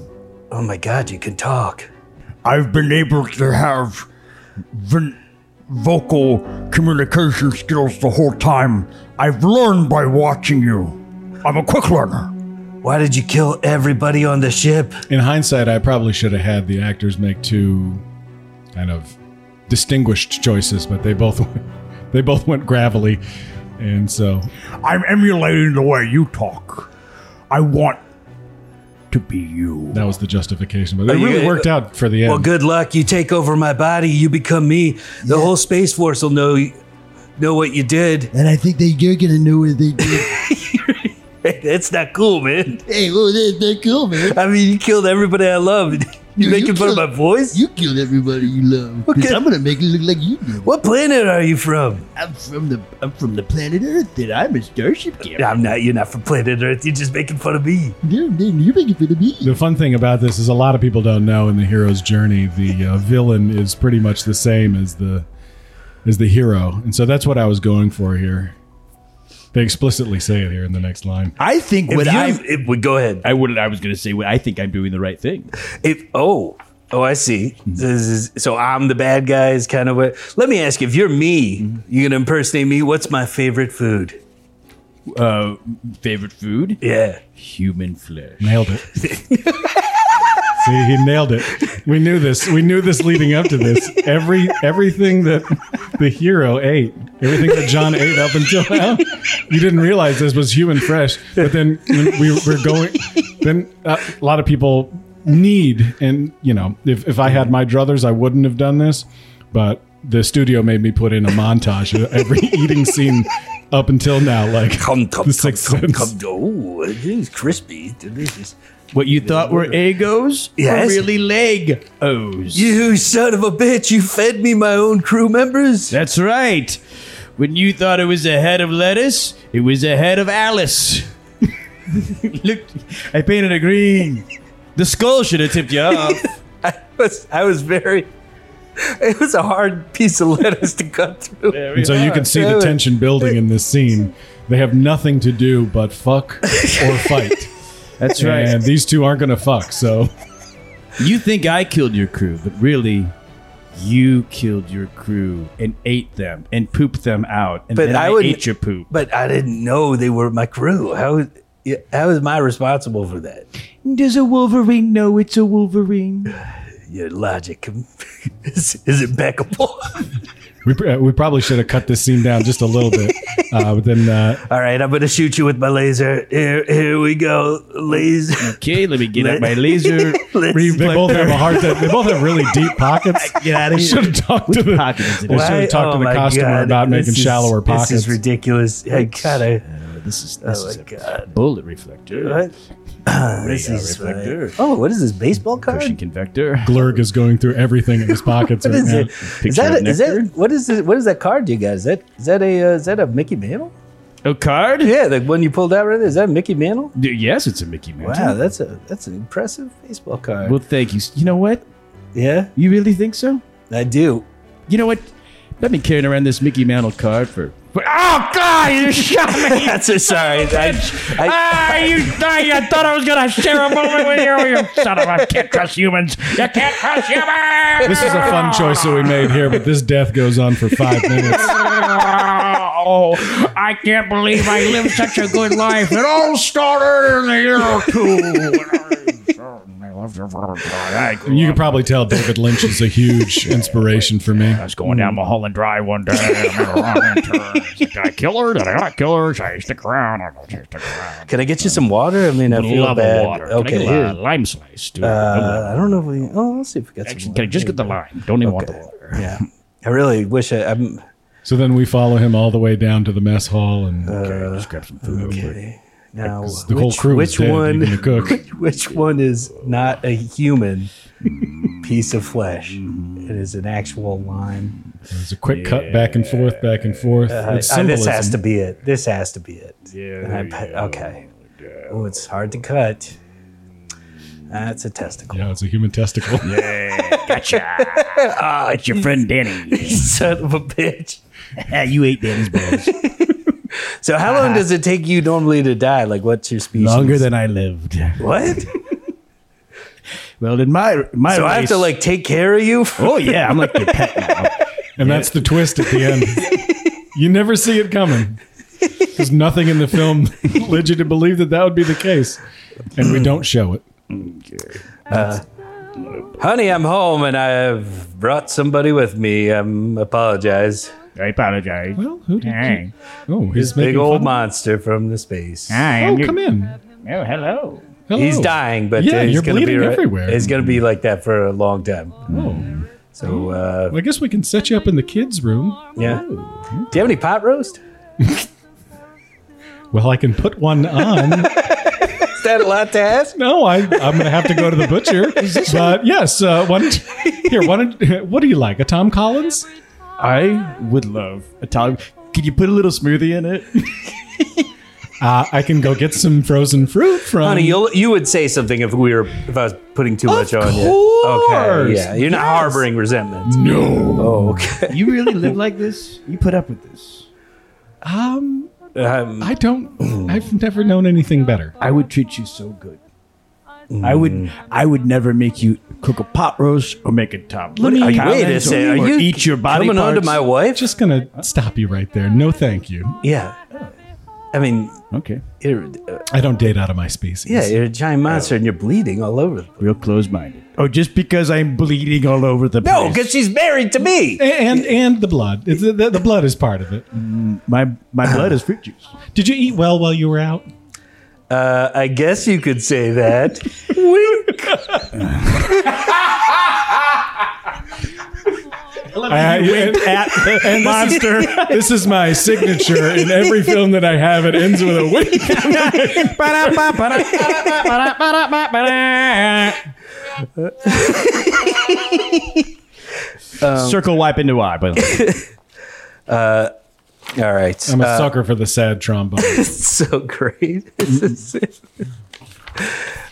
Speaker 1: Oh my God, you can talk.
Speaker 7: I've been able to have ven- vocal communication skills the whole time. I've learned by watching you. I'm a quick learner.
Speaker 1: Why did you kill everybody on the ship?
Speaker 2: In hindsight, I probably should have had the actors make two kind of distinguished choices, but they both they both went gravelly, and so
Speaker 7: I'm emulating the way you talk. I want to be you.
Speaker 2: that was the justification. But it
Speaker 1: you-
Speaker 2: really worked out for the end.
Speaker 1: Well, good luck. You take over my body. You become me. The whole space force will know know what you did.
Speaker 8: And I think that you're gonna know what they do.
Speaker 1: That's not cool, man.
Speaker 8: hey, well, that, that cool, man.
Speaker 1: I mean, you killed everybody I loved. You
Speaker 9: Dude,
Speaker 1: making fun of
Speaker 9: killed-
Speaker 1: my voice?
Speaker 9: You killed everybody you love. 'cause
Speaker 1: Okay.
Speaker 9: I'm gonna make it look like you did.
Speaker 1: What planet are you from?
Speaker 9: I'm from the I'm from the planet Earth, and I'm a starship captain.
Speaker 1: I'm not. You're not from planet Earth. You're just making fun of me.
Speaker 9: Dude, dude, you're making fun of me.
Speaker 2: The fun thing about this is a lot of people don't know in the hero's journey, the uh, villain is pretty much the same as the as the hero, and so that's what I was going for here. They explicitly say it here in the next line.
Speaker 3: I think
Speaker 1: If
Speaker 3: what
Speaker 1: you,
Speaker 3: I
Speaker 1: if, well, go ahead.
Speaker 3: I would I was going to say what I think I'm doing the right thing.
Speaker 1: If oh oh, I see. This is, so I'm the bad guy. Is kind of what. Let me ask you. If you're me, you're gonna impersonate me. What's my favorite food?
Speaker 3: Uh, favorite food?
Speaker 1: Yeah.
Speaker 3: Human flesh.
Speaker 2: Nailed it. See, he nailed it. We knew this. We knew this leading up to this. Every everything that the hero ate, everything that John ate up until now, you didn't realize this was human fresh. But then when we were going. Then uh, a lot of people need, and you know, if if I had my druthers, I wouldn't have done this. But the studio made me put in a montage of every eating scene up until now. Like
Speaker 1: Come, come, come,
Speaker 2: The Sixth
Speaker 1: come, come.
Speaker 2: Sense.
Speaker 1: Oh, it is crispy, delicious.
Speaker 3: What you thought were egos
Speaker 1: Yes.
Speaker 3: were really leg os.
Speaker 1: You son of a bitch! You fed me my own crew members.
Speaker 3: That's right. When you thought it was a head of lettuce, it was a head of Alice. Look, I painted it green. The skull should have tipped you off.
Speaker 1: I was, I was very. It was a hard piece of lettuce to cut through.
Speaker 2: And so you can see the
Speaker 1: Really?
Speaker 2: tension building in this scene. They have nothing to do but fuck or fight.
Speaker 3: That's
Speaker 2: And these two aren't going to fuck. So
Speaker 3: You think I killed your crew, but really, you killed your crew and ate them and pooped them out. And
Speaker 1: But
Speaker 3: then
Speaker 1: I
Speaker 3: I,
Speaker 1: wouldn't-
Speaker 3: ate your poop.
Speaker 1: But I didn't know they were my crew. How, yeah, how is my responsible for that?
Speaker 3: Does a Wolverine know it's a Wolverine?
Speaker 1: Your logic is, is impeccable.
Speaker 2: we, pr- uh, we probably should have cut this scene down just a little bit. Uh, but then uh,
Speaker 1: All right, I'm gonna shoot you with my laser. Here, here we go, laser.
Speaker 3: Okay, let me get
Speaker 1: Let-
Speaker 3: out my laser.
Speaker 1: Let's-
Speaker 2: they both have a hard time. They both have really deep pockets.
Speaker 3: Get out of
Speaker 2: They should have talked to the,
Speaker 3: pocket is it?
Speaker 2: they should
Speaker 1: Why-
Speaker 2: have talked
Speaker 1: oh
Speaker 2: to the
Speaker 1: my
Speaker 2: customer
Speaker 1: God,
Speaker 2: about
Speaker 1: this
Speaker 2: making
Speaker 1: is-
Speaker 2: shallower pockets.
Speaker 1: This is ridiculous. I gotta.
Speaker 3: This is this
Speaker 1: Oh
Speaker 3: is
Speaker 1: my
Speaker 3: a
Speaker 1: God.
Speaker 3: bullet reflector.
Speaker 1: What? this
Speaker 3: Radar
Speaker 1: is
Speaker 3: reflector.
Speaker 1: uh, oh, what is this baseball card?
Speaker 3: Cushion convector.
Speaker 2: Glurg is going through everything in his pockets.
Speaker 1: What
Speaker 2: right
Speaker 1: is
Speaker 2: now.
Speaker 1: it? Is
Speaker 3: Picture
Speaker 1: that,
Speaker 3: of
Speaker 1: a, is that
Speaker 3: Nectar.
Speaker 1: what is it? What is that card, you guys? Is that is that a uh, is that a Mickey Mantle? Oh,
Speaker 3: A card?
Speaker 1: Yeah, the one you pulled out right there. Is that Mickey Mantle?
Speaker 3: D- Yes, it's a Mickey Mouse.
Speaker 1: Wow, that's a that's an impressive baseball card.
Speaker 3: Well, thank you. You know what?
Speaker 1: yeah,
Speaker 3: You really think so?
Speaker 1: I do.
Speaker 3: You know what? I've been carrying around this Mickey Mantle card for. for- oh God! You shot me!
Speaker 1: That's so sorry. I, I,
Speaker 3: Ah, you thought you thought I was gonna share a moment with you, you son of a! Can't trust humans. You can't trust humans.
Speaker 2: This is a fun choice that we made here, but this death goes on for five minutes.
Speaker 3: Oh, I can't believe I lived such a good life. It all
Speaker 2: And you can probably tell David Lynch is a huge inspiration for me.
Speaker 4: I was going down Mulholland Drive one day. and I made a wrong turn. It's like, Did I kill her? Did I not kill her? Should I stick around? I don't know, stick around.
Speaker 1: can I get you some water? I mean, I feel
Speaker 4: Love
Speaker 1: bad.
Speaker 4: of water.
Speaker 1: Okay,
Speaker 4: Can I
Speaker 1: here.
Speaker 4: get a lime slice? Dude?
Speaker 1: Uh, I don't know if we. Oh, let's see if we got some.
Speaker 4: Actually, can I just get the lime? Don't even want the water.
Speaker 1: Yeah, I really wish I. I'm,
Speaker 2: So then we follow him all the way down to the mess hall, and
Speaker 1: Uh,
Speaker 4: Okay, just grab some food. real quick.
Speaker 1: now,
Speaker 2: the whole
Speaker 1: which,
Speaker 2: crew is
Speaker 1: which
Speaker 2: dead,
Speaker 1: one?
Speaker 2: even the cook.
Speaker 1: Which, which one is not a human
Speaker 2: Mm.
Speaker 1: piece of flesh?
Speaker 2: Mm-hmm.
Speaker 1: It is an actual lime.
Speaker 2: there's a quick cut back and forth, back and forth.
Speaker 1: I-
Speaker 2: it's
Speaker 1: I- Uh, this
Speaker 2: symbolism.
Speaker 1: has to be it. This has to be it. And I pe- okay. Oh, it's hard to cut. That's a testicle.
Speaker 2: yeah, it's a human testicle.
Speaker 1: Ah, it's your
Speaker 4: Friend Danny.
Speaker 1: son of a bitch.
Speaker 4: Yeah, you ate Danny's balls.
Speaker 1: So, how long does it take you normally to die? Like, what's your species?
Speaker 3: longer than I lived.
Speaker 1: what?
Speaker 3: Well, in my my
Speaker 1: So I have
Speaker 3: race-
Speaker 1: to like take care of you.
Speaker 3: Oh yeah, I'm like your pet now.
Speaker 2: and that's the twist at the end. you never see it coming. There's nothing in the film led you to believe that that would be the case, and we don't show it.
Speaker 1: Honey, I'm home and I've brought somebody with me. Um, apologize.
Speaker 4: I apologize.
Speaker 2: Well, who did you?
Speaker 4: Hi.
Speaker 2: Oh, he's
Speaker 1: This big
Speaker 2: making
Speaker 1: old
Speaker 2: fun-
Speaker 1: monster from the space.
Speaker 4: Hi. I'm
Speaker 2: Oh,
Speaker 4: your-
Speaker 2: come in.
Speaker 4: Oh, hello.
Speaker 2: Hello.
Speaker 1: He's dying, but
Speaker 2: Oh. Yeah,
Speaker 1: uh, he's
Speaker 2: you're
Speaker 1: gonna be
Speaker 2: bleeding
Speaker 1: right-
Speaker 2: everywhere.
Speaker 1: He's gonna be like that for a long time.
Speaker 2: Oh.
Speaker 1: So uh,
Speaker 2: Well, I guess we can set you up in the kids' room.
Speaker 1: yeah. Do you have any pot roast?
Speaker 2: Well, I can put one on.
Speaker 1: Is that allowed to ask?
Speaker 2: No, I, I'm going to have to go to the butcher. but yes, uh, why don't, here, why don't, what do you like? A Tom Collins?
Speaker 4: I would love a Tom. Could you put a little smoothie in it?
Speaker 2: Uh, I can go get some frozen fruit from.
Speaker 1: Honey, you'll, you would say something if we were if I was putting too much on you. Okay,
Speaker 2: course.
Speaker 1: yeah, you're not harboring resentment. No. Oh, okay.
Speaker 3: You really live like this? You put up with this?
Speaker 2: um,
Speaker 1: Um,
Speaker 2: I don't. I've never known anything better.
Speaker 3: I would treat you so good.
Speaker 8: I would I would never make you cook a pot roast or make a top.
Speaker 1: Let me- wait a
Speaker 8: or-
Speaker 1: second. Are
Speaker 8: or
Speaker 1: you
Speaker 8: eat your body
Speaker 1: coming on to
Speaker 8: parts.
Speaker 1: my wife?
Speaker 2: Just gonna stop you right there. No, thank you.
Speaker 1: yeah. I mean,
Speaker 8: Okay.
Speaker 1: you're, uh,
Speaker 2: I don't date out of my species.
Speaker 1: yeah, you're a
Speaker 2: Oh.
Speaker 1: giant monster and you're bleeding all over. the place.
Speaker 8: Real close minded. Oh, just because I'm bleeding all over the
Speaker 1: No,
Speaker 8: place.
Speaker 1: because she's married to me.
Speaker 2: And and the blood. It's- The, the blood is part of it.
Speaker 8: my my blood is fruit juice.
Speaker 2: Did you eat well while you were out?
Speaker 1: Uh, I guess you could say that. Wink.
Speaker 8: Uh,
Speaker 2: I, and, and monster. This is, this is my signature in every film that I have. It ends with a wink.
Speaker 8: Circle wipe into Y, by the way.
Speaker 1: All right.
Speaker 2: I'm a
Speaker 1: Uh,
Speaker 2: sucker for the sad trombone.
Speaker 1: so great. This is it.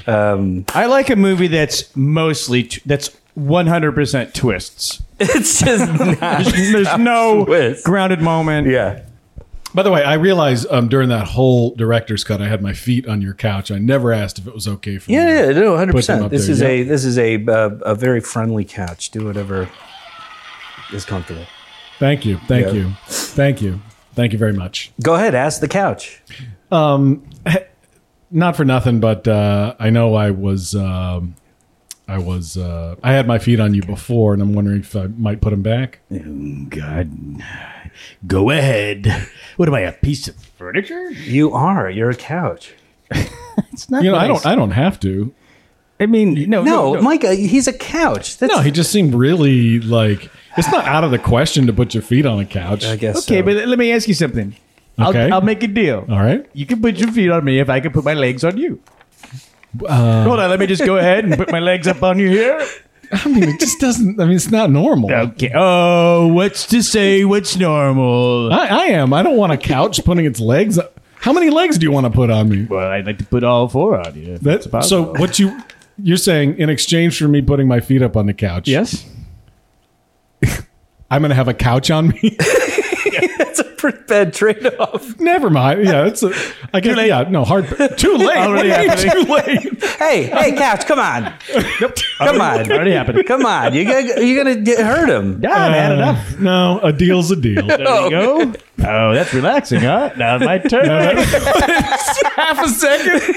Speaker 3: I like a movie that's mostly t- that's 100% twists.
Speaker 1: It's just not.
Speaker 3: There's no
Speaker 1: Twist.
Speaker 3: grounded moment.
Speaker 1: Yeah.
Speaker 2: By the way, I realized um, during that whole director's cut, I had my feet on your couch. I never asked if it was okay for you.
Speaker 1: Yeah, yeah, no, hundred
Speaker 2: Put them
Speaker 1: percent.
Speaker 2: up
Speaker 1: This
Speaker 2: there,
Speaker 1: is
Speaker 2: yeah.
Speaker 1: a this is a uh, a very friendly couch. Do whatever is comfortable.
Speaker 2: Thank you. Thank
Speaker 1: Yeah.
Speaker 2: you. Thank you. Thank you very much.
Speaker 1: Go ahead, ask the couch.
Speaker 2: Not for nothing, but uh, I know I was. Um, I was. Uh, I had my feet on you before, and I'm wondering if I might put them back.
Speaker 8: God. Go ahead. What am I, a piece of furniture?
Speaker 1: You are. You're a couch.
Speaker 8: It's not
Speaker 2: You know, I
Speaker 8: nice.
Speaker 2: don't. I don't have to.
Speaker 8: I mean, no,
Speaker 1: No,
Speaker 8: no, no.
Speaker 1: Micah, he's a couch. That's,
Speaker 2: No, he just seemed really like. It's not out of the question to put your feet on a couch.
Speaker 1: I guess.
Speaker 3: Okay,
Speaker 1: so.
Speaker 3: but let me ask you something.
Speaker 2: Okay.
Speaker 3: I'll, I'll make a deal.
Speaker 2: All right.
Speaker 3: You can put your feet on me if I can put my legs on you.
Speaker 8: Uh,
Speaker 3: Hold on, let me just go ahead and put my legs up on you here.
Speaker 2: I mean, it just doesn't. I mean, it's not normal.
Speaker 8: Okay. Oh, what's to say what's normal?
Speaker 2: I, I am. I don't want a couch putting its legs. How many legs do you want to put on me?
Speaker 8: Well, I'd like to put all four on you. if that's
Speaker 2: That, so
Speaker 8: possible.
Speaker 2: what you you're saying in exchange for me putting my feet up on the couch?
Speaker 8: Yes.
Speaker 2: I'm gonna have a couch on me.
Speaker 1: that's a pretty bad trade off.
Speaker 2: Never mind. Yeah, it's a. I guess. Yeah, no hard. Too late. too late.
Speaker 1: Hey, hey, couch, come on. Come on.
Speaker 8: Already happened. Uh,
Speaker 1: Come on. You're gonna, you're gonna get, hurt him.
Speaker 3: Ah,
Speaker 8: Yeah, I've had enough.
Speaker 2: No, a deal's a deal.
Speaker 8: There we go. Oh, that's relaxing, huh? Now my turn.
Speaker 1: Half a second.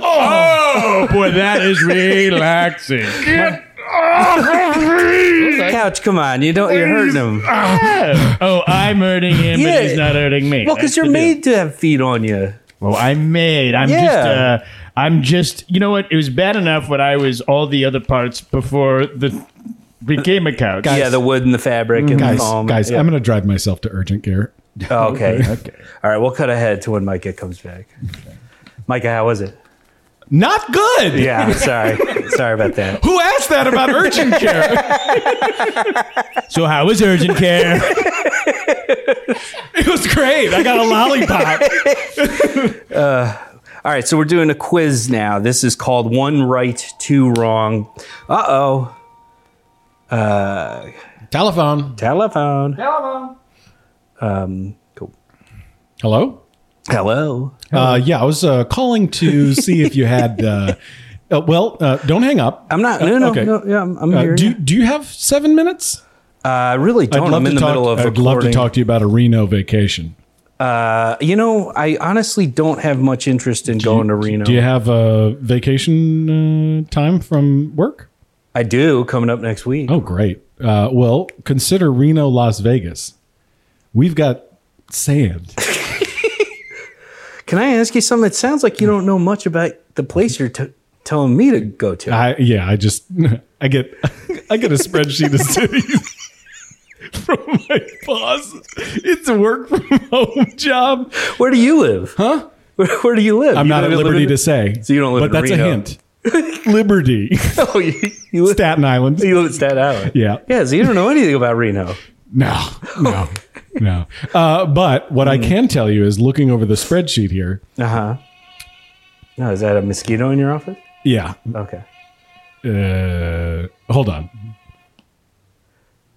Speaker 8: Boy, that is relaxing.
Speaker 1: Couch, come on. You don't. You're hurting him.
Speaker 8: oh, I'm hurting him,
Speaker 1: Yeah.
Speaker 8: but he's not hurting me.
Speaker 1: Well, because
Speaker 8: That's
Speaker 1: you're
Speaker 8: the deal.
Speaker 1: made to have feet on you.
Speaker 8: Well, I'm made. I'm
Speaker 1: Yeah.
Speaker 8: just. Uh, I'm just. You know what? It was bad enough when I was all the other parts before the became a couch.
Speaker 1: Yeah, the wood and the fabric and
Speaker 2: guys,
Speaker 1: the
Speaker 8: Oh,
Speaker 1: foam.
Speaker 2: guys,
Speaker 1: Yeah.
Speaker 2: I'm gonna drive myself to urgent care.
Speaker 1: Oh, okay. okay. All right, we'll cut ahead to when Micah comes back. Micah, how was it?
Speaker 2: Not good.
Speaker 1: Yeah, I'm sorry. sorry about that.
Speaker 2: Who asked that about urgent care?
Speaker 8: So how was urgent care?
Speaker 2: it was great. I got a lollipop.
Speaker 1: All right, so we're doing a quiz now. This is called One Right, Two Wrong. Uh oh.
Speaker 2: Telephone.
Speaker 1: Telephone. Telephone. Um, cool.
Speaker 2: Hello.
Speaker 1: Hello.
Speaker 2: Uh, yeah, I was uh, calling to see if you had. Uh, uh, well, uh, don't hang up.
Speaker 1: I'm not. No, no,
Speaker 2: okay.
Speaker 1: no. Yeah, I'm, I'm
Speaker 2: Uh,
Speaker 1: here.
Speaker 2: do you- do you have seven minutes?
Speaker 1: I really don't. I'm in the
Speaker 2: talk,
Speaker 1: middle of
Speaker 2: I'd
Speaker 1: recording. Uh,
Speaker 2: love to talk to you about a Reno vacation.
Speaker 1: You know, I honestly don't have much interest in going to Reno.
Speaker 2: Do you have a vacation uh, time from work?
Speaker 1: I do coming up next week.
Speaker 2: Oh, great. Uh, well, consider Reno, Las Vegas. We've got sand.
Speaker 1: Can I ask you something? It sounds like you don't know much about the place you're t- telling me to go to.
Speaker 2: I yeah. I just I get I get a spreadsheet of cities.
Speaker 8: from my boss. It's a work from home job.
Speaker 1: Where do you live?
Speaker 2: Huh?
Speaker 1: Where, where do you live?
Speaker 2: I'm
Speaker 1: You
Speaker 2: not
Speaker 1: live
Speaker 2: at
Speaker 1: in
Speaker 2: liberty
Speaker 1: Liverpool?
Speaker 2: to say.
Speaker 1: So you don't live
Speaker 2: But
Speaker 1: in
Speaker 2: that's
Speaker 1: Reno.
Speaker 2: a hint. liberty.
Speaker 1: Oh, you, you live,
Speaker 2: Staten Island.
Speaker 1: you live at Staten Island.
Speaker 2: Yeah.
Speaker 1: Yeah, so you don't know anything about Reno.
Speaker 2: No, no, no. Uh, but what
Speaker 1: Hmm.
Speaker 2: I can tell you is looking over the spreadsheet here.
Speaker 1: Uh huh. No, is that a mosquito in your office?
Speaker 2: Yeah.
Speaker 1: Okay.
Speaker 2: Uh, hold on.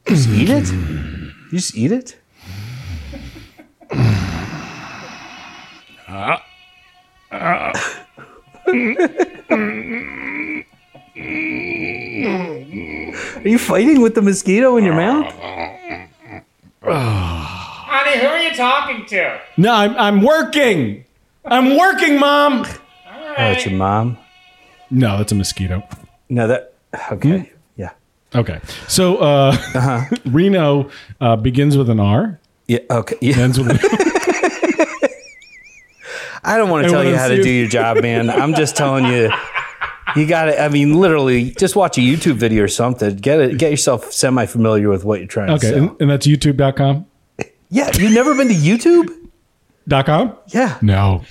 Speaker 1: Just eat it? You just eat it? Are you fighting with the mosquito in your mouth?
Speaker 10: Honey, who are you talking to?
Speaker 2: No, I'm, I'm working. I'm working, mom.
Speaker 1: Oh, it's your mom.
Speaker 2: No, that's a mosquito.
Speaker 1: No, that. Okay. Yeah.
Speaker 2: Okay. So uh,
Speaker 1: Uh-huh.
Speaker 2: Reno uh, begins with an R,
Speaker 1: Yeah. Okay. Yeah.
Speaker 2: ends with an
Speaker 1: I don't want to tell
Speaker 2: wanna
Speaker 1: you how to
Speaker 2: see-
Speaker 1: do your job, man. I'm just telling you. You got to. I mean, literally, just watch a YouTube video or something. Get it. Get yourself semi-familiar with what you're trying to
Speaker 2: Okay.
Speaker 1: sell.
Speaker 2: And, and that's youtube.com.
Speaker 1: Yeah, you've never been to YouTube?
Speaker 2: Dot com?
Speaker 1: Yeah.
Speaker 2: No.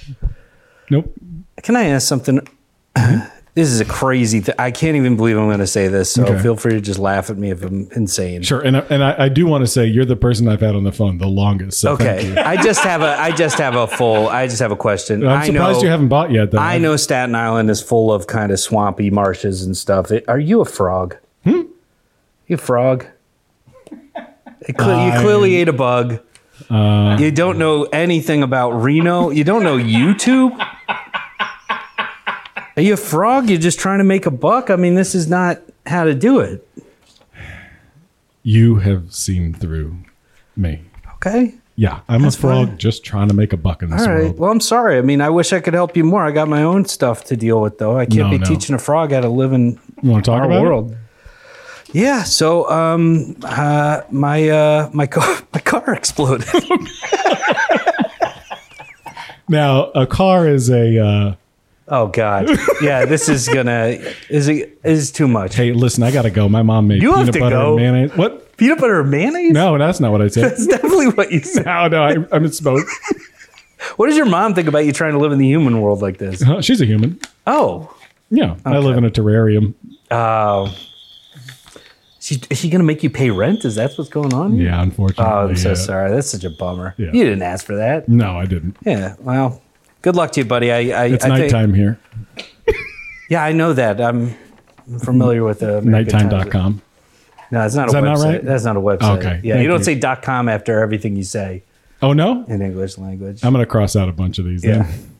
Speaker 2: Nope.
Speaker 1: Can I ask something?
Speaker 2: Mm-hmm.
Speaker 1: this is a crazy thing. I can't even believe I'm going to say this. So
Speaker 2: Okay.
Speaker 1: feel free to just laugh at me if I'm insane.
Speaker 2: Sure. And, I- and I, I do want to say you're the person I've had on the phone the longest. So thank
Speaker 1: Okay.
Speaker 2: you.
Speaker 1: I just have a. I just have a full. I just have a question.
Speaker 2: I'm
Speaker 1: I
Speaker 2: surprised
Speaker 1: know,
Speaker 2: you haven't bought yet, though.
Speaker 1: I know Staten Island is full of kind of swampy marshes and stuff. It- are you a frog? Hmm. You a frog? It cle- you clearly ate a bug.
Speaker 2: Uh,
Speaker 1: you don't know anything about Reno. You don't know YouTube. Are you a frog? You're just trying to make a buck. I mean, this is not how to do it.
Speaker 2: You have seen through me.
Speaker 1: Okay.
Speaker 2: Yeah. I'm a frog just trying to make a buck in this
Speaker 1: All right.
Speaker 2: world.
Speaker 1: Well, I'm sorry. I mean, I wish I could help you more. I got my own stuff to deal with, though. I can't
Speaker 2: No,
Speaker 1: be
Speaker 2: no.
Speaker 1: teaching a frog how to live in
Speaker 2: you want to talk
Speaker 1: our
Speaker 2: about
Speaker 1: world. Yeah. So, um, uh, my uh, my car my car exploded.
Speaker 2: It? Now, a car is a. Uh,
Speaker 1: oh God. Yeah. This is gonna is it is too much.
Speaker 2: hey, listen, I got to go. My mom made
Speaker 1: You have
Speaker 2: peanut
Speaker 1: to
Speaker 2: butter
Speaker 1: go.
Speaker 2: and mayonnaise. What?
Speaker 1: Peanut butter and mayonnaise.
Speaker 2: No, that's not what I said.
Speaker 1: That's definitely what you said.
Speaker 2: no, no, I, I misspoke.
Speaker 1: What does your mom think about you trying to live in the human world like this?
Speaker 2: Huh, She's a human.
Speaker 1: Oh.
Speaker 2: Yeah. I live in a terrarium.
Speaker 1: Oh. She, is she gonna make you pay rent? Is that what's going on? here?
Speaker 2: Yeah, unfortunately.
Speaker 1: Oh, I'm so
Speaker 2: yeah.
Speaker 1: sorry. That's such a bummer.
Speaker 2: Yeah.
Speaker 1: You didn't ask for that.
Speaker 2: No, I didn't.
Speaker 1: Yeah. Well, good luck to you, buddy. I, I,
Speaker 2: It's
Speaker 1: I Think,
Speaker 2: nighttime here.
Speaker 1: yeah, I know that. I'm familiar with the American Times.
Speaker 2: Nighttime.com.
Speaker 1: No, it's not
Speaker 2: Is
Speaker 1: a
Speaker 2: that
Speaker 1: website.
Speaker 2: not right?
Speaker 1: That's not a website.
Speaker 2: Okay,
Speaker 1: Yeah,
Speaker 2: thank
Speaker 1: you don't
Speaker 2: you.
Speaker 1: say dot com after everything you say
Speaker 2: Oh, no?
Speaker 1: in English language.
Speaker 2: I'm going to cross out a bunch of these.
Speaker 1: yeah.
Speaker 2: Then.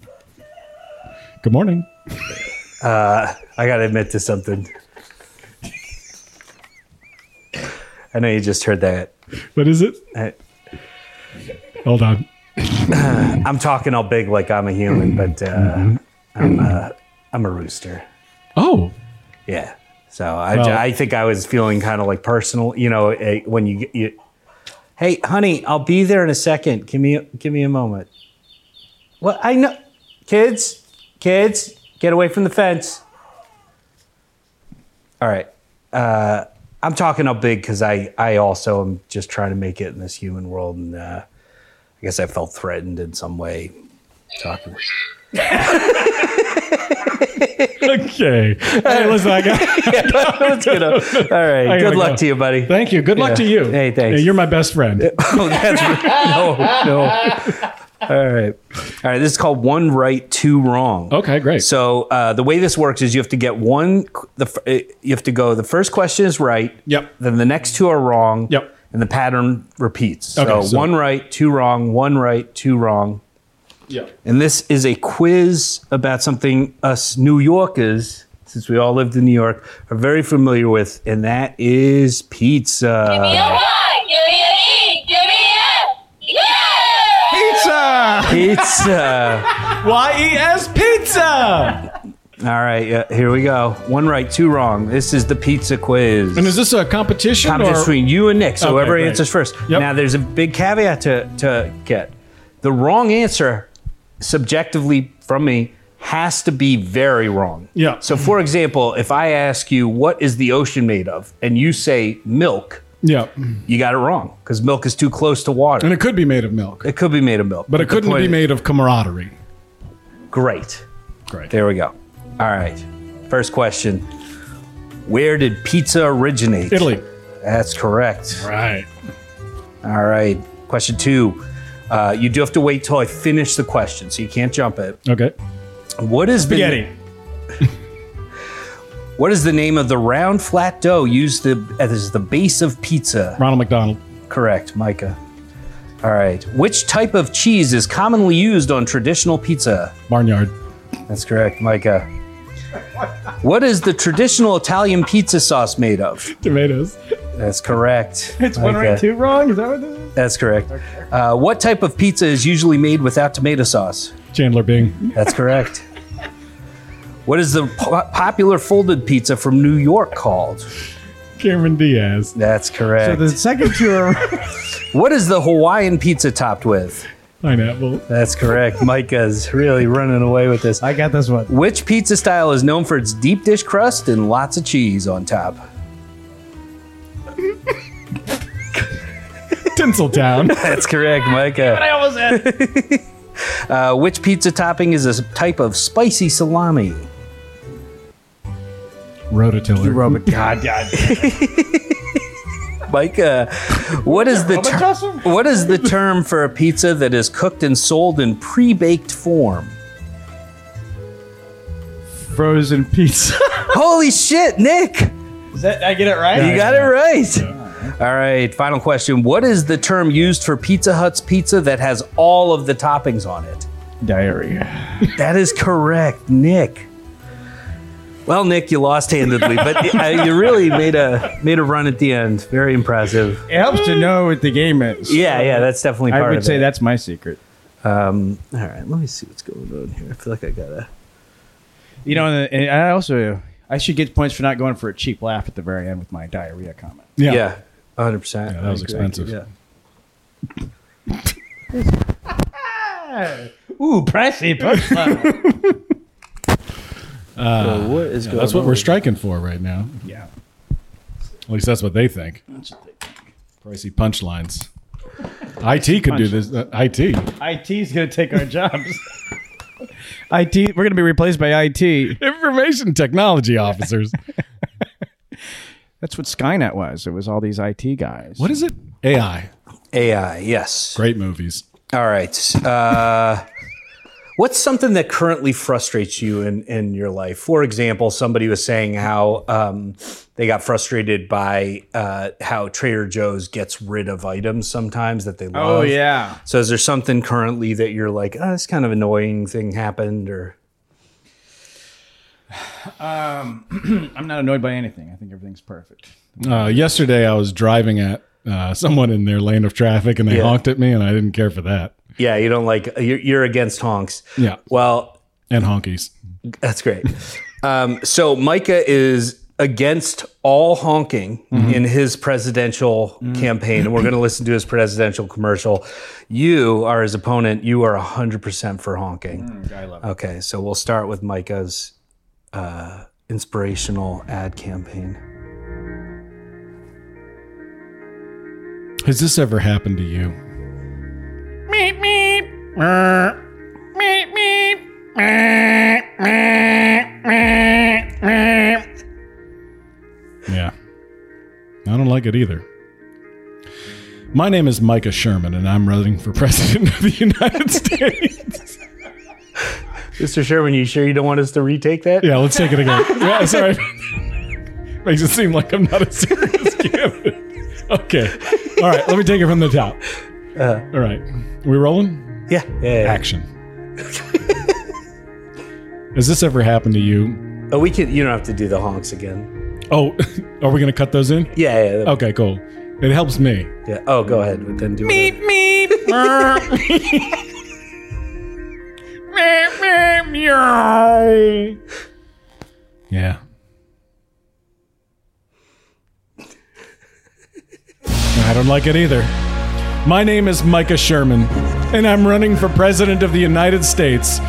Speaker 2: Good morning.
Speaker 1: I gotta admit to something. I know you just heard that.
Speaker 2: What is it?
Speaker 1: I-
Speaker 2: Hold on.
Speaker 1: I'm talking all big like I'm a human, but
Speaker 2: Mm-hmm.
Speaker 1: uh, I'm a, I'm a rooster.
Speaker 2: Oh,
Speaker 1: Yeah. So I,
Speaker 2: Well-
Speaker 1: I think I was feeling kind of like personal, you know, eh, when you, you, hey, honey, I'll be there in a second. Give me, give me a moment. Well, I know, kids, kids, get away from the fence. All right. Uh, I'm talking up big because I, I also am just trying to make it in this human world, and uh, I guess I felt threatened in some way. Talking.
Speaker 2: okay. Hey, listen, I got,
Speaker 1: Let's get up. All right.
Speaker 2: gotta
Speaker 1: Good luck
Speaker 2: go.
Speaker 1: to you, buddy.
Speaker 2: thank you. Good
Speaker 1: Yeah.
Speaker 2: luck to you.
Speaker 1: Hey, thanks.
Speaker 2: Hey, you're my best friend.
Speaker 1: Oh, that's no, no. All right, all right. This is called one right, two wrong.
Speaker 2: Okay, great.
Speaker 1: So uh, the way this works is you have to get one. The f- uh, you have to go. The first question is right.
Speaker 2: Yep.
Speaker 1: Then the next two are wrong.
Speaker 2: Yep.
Speaker 1: And the pattern repeats. so,
Speaker 2: Okay, so-
Speaker 1: one right, two wrong. One right, two wrong.
Speaker 2: Yeah.
Speaker 1: And this is a quiz about something us New Yorkers, since we all lived in New York, are very familiar with, and that is pizza. Pizza. E
Speaker 8: Y-E-S pizza.
Speaker 1: All right, yeah, here we go. One right, two wrong. This is the pizza quiz.
Speaker 2: And is this a competition?
Speaker 1: I'm just
Speaker 2: or-
Speaker 1: between you and Nick, so
Speaker 2: Okay,
Speaker 1: whoever
Speaker 2: great.
Speaker 1: answers first.
Speaker 2: Yep.
Speaker 1: Now, there's a big caveat to, to get. The wrong answer, subjectively from me, has to be very wrong.
Speaker 2: Yeah.
Speaker 1: So, for example, if I ask you, what is the ocean made of? And you say milk,
Speaker 2: Yeah.
Speaker 1: You got it wrong because milk is too close to water.
Speaker 2: And it could be made of milk,
Speaker 1: It could be made of milk,
Speaker 2: but it
Speaker 1: the
Speaker 2: couldn't
Speaker 1: point
Speaker 2: be
Speaker 1: is-
Speaker 2: made of camaraderie.
Speaker 1: Great.
Speaker 2: Great.
Speaker 1: There we go. All right. First question. Where did pizza originate?
Speaker 2: Italy.
Speaker 1: That's correct.
Speaker 2: Right.
Speaker 1: All right. Question two. Uh, you do have to wait till I finish the question, so you can't jump it.
Speaker 2: Okay.
Speaker 1: What is
Speaker 2: Spaghetti.
Speaker 1: The, what is the name of the round flat dough used the, as the base of pizza?
Speaker 2: Ronald McDonald.
Speaker 1: Correct, Micah. All right. Which type of cheese is commonly used on traditional pizza?
Speaker 2: Barnyard.
Speaker 1: That's correct, Micah. What is the traditional Italian pizza sauce made of?
Speaker 2: Tomatoes.
Speaker 1: That's correct. It's
Speaker 3: One right, two wrong. Is that what this is?
Speaker 1: That's correct. Uh, what type of pizza is usually made without tomato sauce?
Speaker 2: Chandler Bing.
Speaker 1: That's correct. what is the po- popular folded pizza from New York called?
Speaker 2: Cameron Diaz.
Speaker 1: That's correct.
Speaker 3: The second two are
Speaker 1: what is the Hawaiian pizza topped with?
Speaker 2: Pineapple.
Speaker 1: That's correct. Micah's really running away with this.
Speaker 3: I got this one.
Speaker 1: Which pizza style is known for its deep dish crust and lots of cheese on top?
Speaker 2: Tinseltown.
Speaker 1: That's correct, Micah.
Speaker 8: I almost had it.
Speaker 1: Uh, which pizza topping is a s- type of spicy salami?
Speaker 2: Rototiller.
Speaker 3: Robot God.
Speaker 1: Micah, what is the ter- what is the term for a pizza that is cooked and sold in pre-baked form?
Speaker 3: Frozen pizza.
Speaker 1: Holy shit, Nick!
Speaker 3: Is that I get it right?
Speaker 1: You got it right. All right, final question. What is the term used for Pizza Hut's pizza that has all of the toppings on it?
Speaker 3: Diarrhea.
Speaker 1: That is correct, Nick. Well, Nick, you lost handedly, but uh, you really made a made a run at the end. Very impressive.
Speaker 3: It helps to know what the game is.
Speaker 1: Yeah, yeah, that's definitely part
Speaker 3: I
Speaker 1: of
Speaker 3: would say
Speaker 1: it.
Speaker 3: that's my secret.
Speaker 1: Um, all right, let me see what's going on here. I feel like I gotta.
Speaker 3: You know, and and I also I should get points for not going for a cheap laugh at the very end with my diarrhea comment.
Speaker 2: Yeah.
Speaker 1: Yeah, hundred percent.
Speaker 2: Yeah, that was expensive.
Speaker 1: Yeah.
Speaker 8: Ooh, pricey.
Speaker 1: So what is going
Speaker 2: That's what
Speaker 1: on?
Speaker 2: we're striking for right now.
Speaker 3: Yeah.
Speaker 2: At least that's what they think. Pricey punchlines. IT could do this. Uh, IT.
Speaker 3: IT's going to take our jobs. IT, we're going to be replaced by IT.
Speaker 2: Information technology officers.
Speaker 3: That's what Skynet was. It was all these IT guys.
Speaker 2: What is it? AI.
Speaker 1: AI. Yes.
Speaker 2: Great movies.
Speaker 1: All right. Uh, what's something that currently frustrates you in, in your life? For example, somebody was saying how um, they got frustrated by uh, how Trader Joe's gets rid of items sometimes that they love.
Speaker 3: Oh yeah.
Speaker 1: So is there something currently that you're like, oh, this kind of annoying thing happened, or
Speaker 3: I'm not annoyed by anything. I think everything's perfect.
Speaker 2: Uh, yesterday, I was driving at uh, someone in their lane of traffic and they
Speaker 1: Yeah.
Speaker 2: honked at me, and I didn't care for that.
Speaker 1: yeah, you don't like you're, you're against honks.
Speaker 2: Yeah.
Speaker 1: Well,
Speaker 2: And honkies.
Speaker 1: That's great. um, so Micah is against all honking in his presidential campaign, and we're going to listen to his presidential commercial. You are his opponent. You are hundred percent for honking. Mm, I love it. Okay, so we'll start with Micah's uh, inspirational ad campaign.
Speaker 2: Has this ever happened to you?
Speaker 11: Meep meep. Meep meep. Uh. Meep meep. Meep meep.
Speaker 2: Yeah. I don't like it either. My name is Micah Sherman, and I'm running for president of the United States.
Speaker 1: Mr. Sherman, you sure you don't want us to retake that?
Speaker 2: yeah, let's take it again. Yeah, sorry. Makes it seem like I'm not a serious candidate. Okay. All right, let me take it from the top. All right. We rolling?
Speaker 1: Yeah. yeah, yeah.
Speaker 2: action. Has this ever happened to you?
Speaker 1: Oh, we can. You don't have to do the honks again.
Speaker 2: Oh, are we going to cut those in?
Speaker 1: Yeah. Yeah. yeah.
Speaker 2: Okay, cool. It helps me.
Speaker 1: yeah. Oh, go ahead. Then do. whatever.
Speaker 2: Yeah. I don't like it either. My name is Micah Sherman, and I'm running for President of the United States.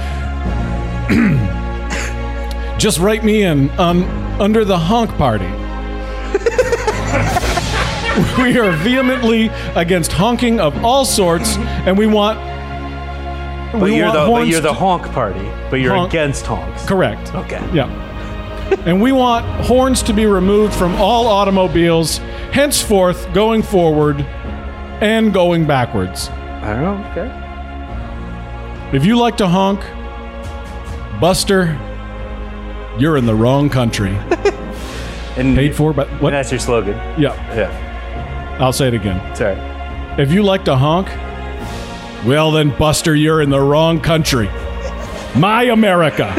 Speaker 2: Just um, write me in on Under the Honk Party. we are vehemently against honking of all sorts, and we want.
Speaker 1: But
Speaker 2: we
Speaker 1: you're
Speaker 2: want
Speaker 1: the but
Speaker 2: horns
Speaker 1: you're the
Speaker 2: to-
Speaker 1: honk party, but you're
Speaker 2: Honk.
Speaker 1: against honks.
Speaker 2: correct.
Speaker 1: Okay.
Speaker 2: Yeah. and we want horns to be removed from all automobiles henceforth going forward and going backwards.
Speaker 1: I don't know. Oh, Okay.
Speaker 2: If you like to honk, Buster, you're in the wrong country.
Speaker 1: And,
Speaker 2: Paid for, but
Speaker 1: and
Speaker 2: what?
Speaker 1: that's your slogan.
Speaker 2: Yeah,
Speaker 1: Yeah.
Speaker 2: I'll say it again.
Speaker 1: Sorry.
Speaker 2: If you like to honk, well then, Buster, you're in the wrong country. My America,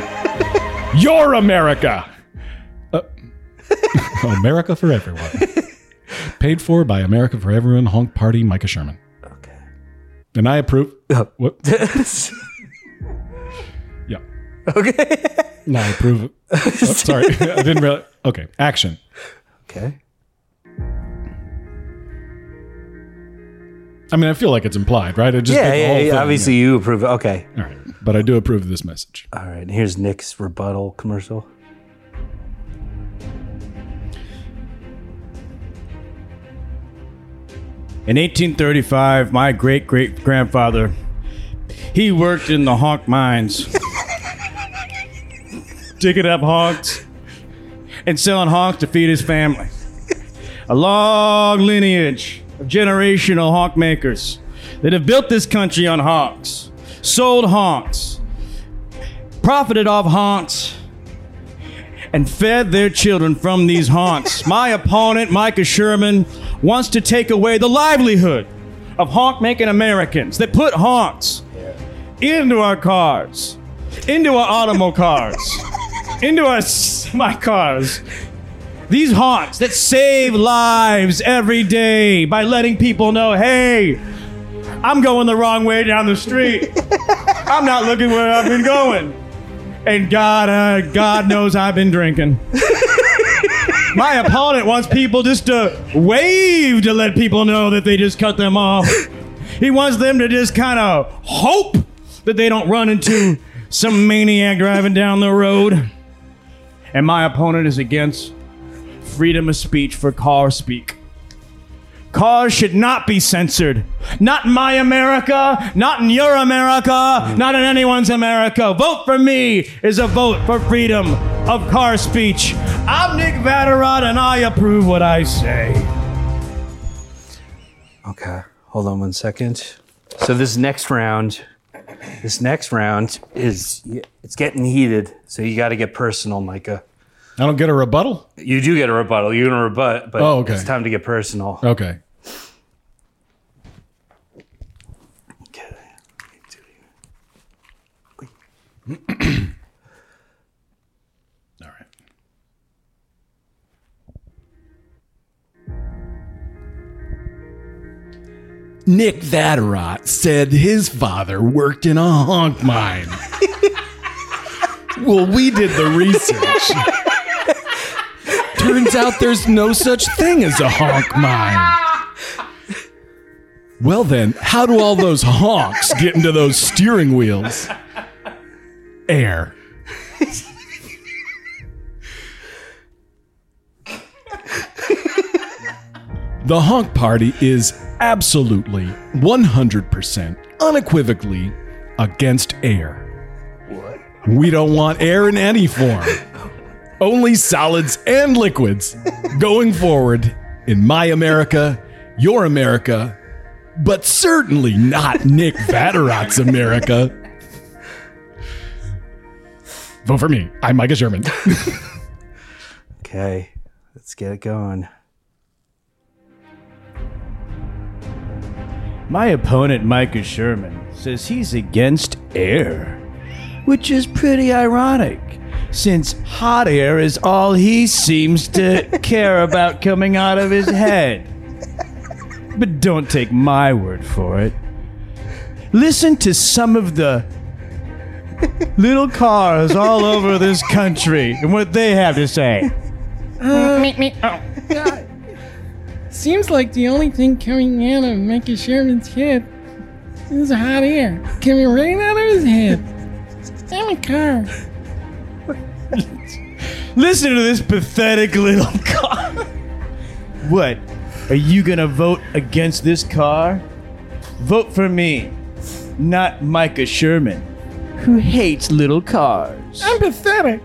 Speaker 2: your America, Uh, oh, America for everyone. Paid for by America for Everyone Honk Party, Micah Sherman,
Speaker 1: Okay.
Speaker 2: and I approve.
Speaker 1: Oh.
Speaker 2: What? Yeah.
Speaker 1: okay.
Speaker 2: No, I approve. it. Oh, sorry, I didn't realize. Okay, action.
Speaker 1: Okay.
Speaker 2: I mean, I feel like it's implied, right? It just
Speaker 1: Yeah,
Speaker 2: did the
Speaker 1: yeah,
Speaker 2: whole
Speaker 1: yeah,
Speaker 2: thing.
Speaker 1: obviously you approve. Okay.
Speaker 2: All right, but I do approve of this message.
Speaker 1: All right. Here's Nick's rebuttal commercial.
Speaker 3: In 1835, my great great grandfather, he worked in the honk mines, digging up honks and selling honks to feed his family. A long lineage of generational honk makers that have built this country on honks, sold honks, profited off honks, and fed their children from these haunts. My opponent, Micah Sherman, wants to take away the livelihood of honk making Americans that put honks into our cars, into our automo cars, into our my cars. These haunts that save lives every day by letting people know, hey, I'm going the wrong way down the street. I'm not looking where I've been going. And God, uh, God knows I've been drinking. My opponent wants people just to wave to let people know that they just cut them off. He wants them to just kind of hope that they don't run into some maniac driving down the road. And my opponent is against freedom of speech for car speak. Cars should not be censored. Not in my America, not in your America, not in anyone's America. Vote for me is a vote for freedom of car speech. I'm Nick Vatterott and I approve what I say.
Speaker 1: Okay. Hold on one second. So this next round, this next round is it's getting heated. So you got to get personal, Micah.
Speaker 2: I don't get a rebuttal.
Speaker 1: You do get a rebuttal. You're gonna rebut, but
Speaker 2: Oh, okay. Oh.
Speaker 1: it's time to get personal.
Speaker 2: Okay.
Speaker 1: Okay.
Speaker 2: All right. Nick Vatterott said his father worked in a honk mine. well, we did the research. Turns out there's no such thing as a honk mine. Well, then, how do all those honks get into those steering wheels? Air. The honk party is absolutely 100% unequivocally against air. What? We don't want air in any form. Only solids and liquids going forward in my America, your America, but certainly not Nick Vatterott's America. Vote for me. I'm Micah Sherman.
Speaker 1: Okay. Let's get it going.
Speaker 3: My opponent, Micah Sherman, says he's against air, which is pretty ironic, since hot air is all he seems to care about coming out of his head. But don't take my word for it. Listen to some of the little cars all over this country and what they have to say.
Speaker 10: Meet me. Oh.
Speaker 12: Seems like the only thing coming out of Mickey Sherman's head is hot air coming right out of his head. I'm a car.
Speaker 3: Listen to this pathetic little car. What Are you gonna vote against this car? Vote for me, not Micah Sherman, who hates little cars.
Speaker 12: I'm pathetic.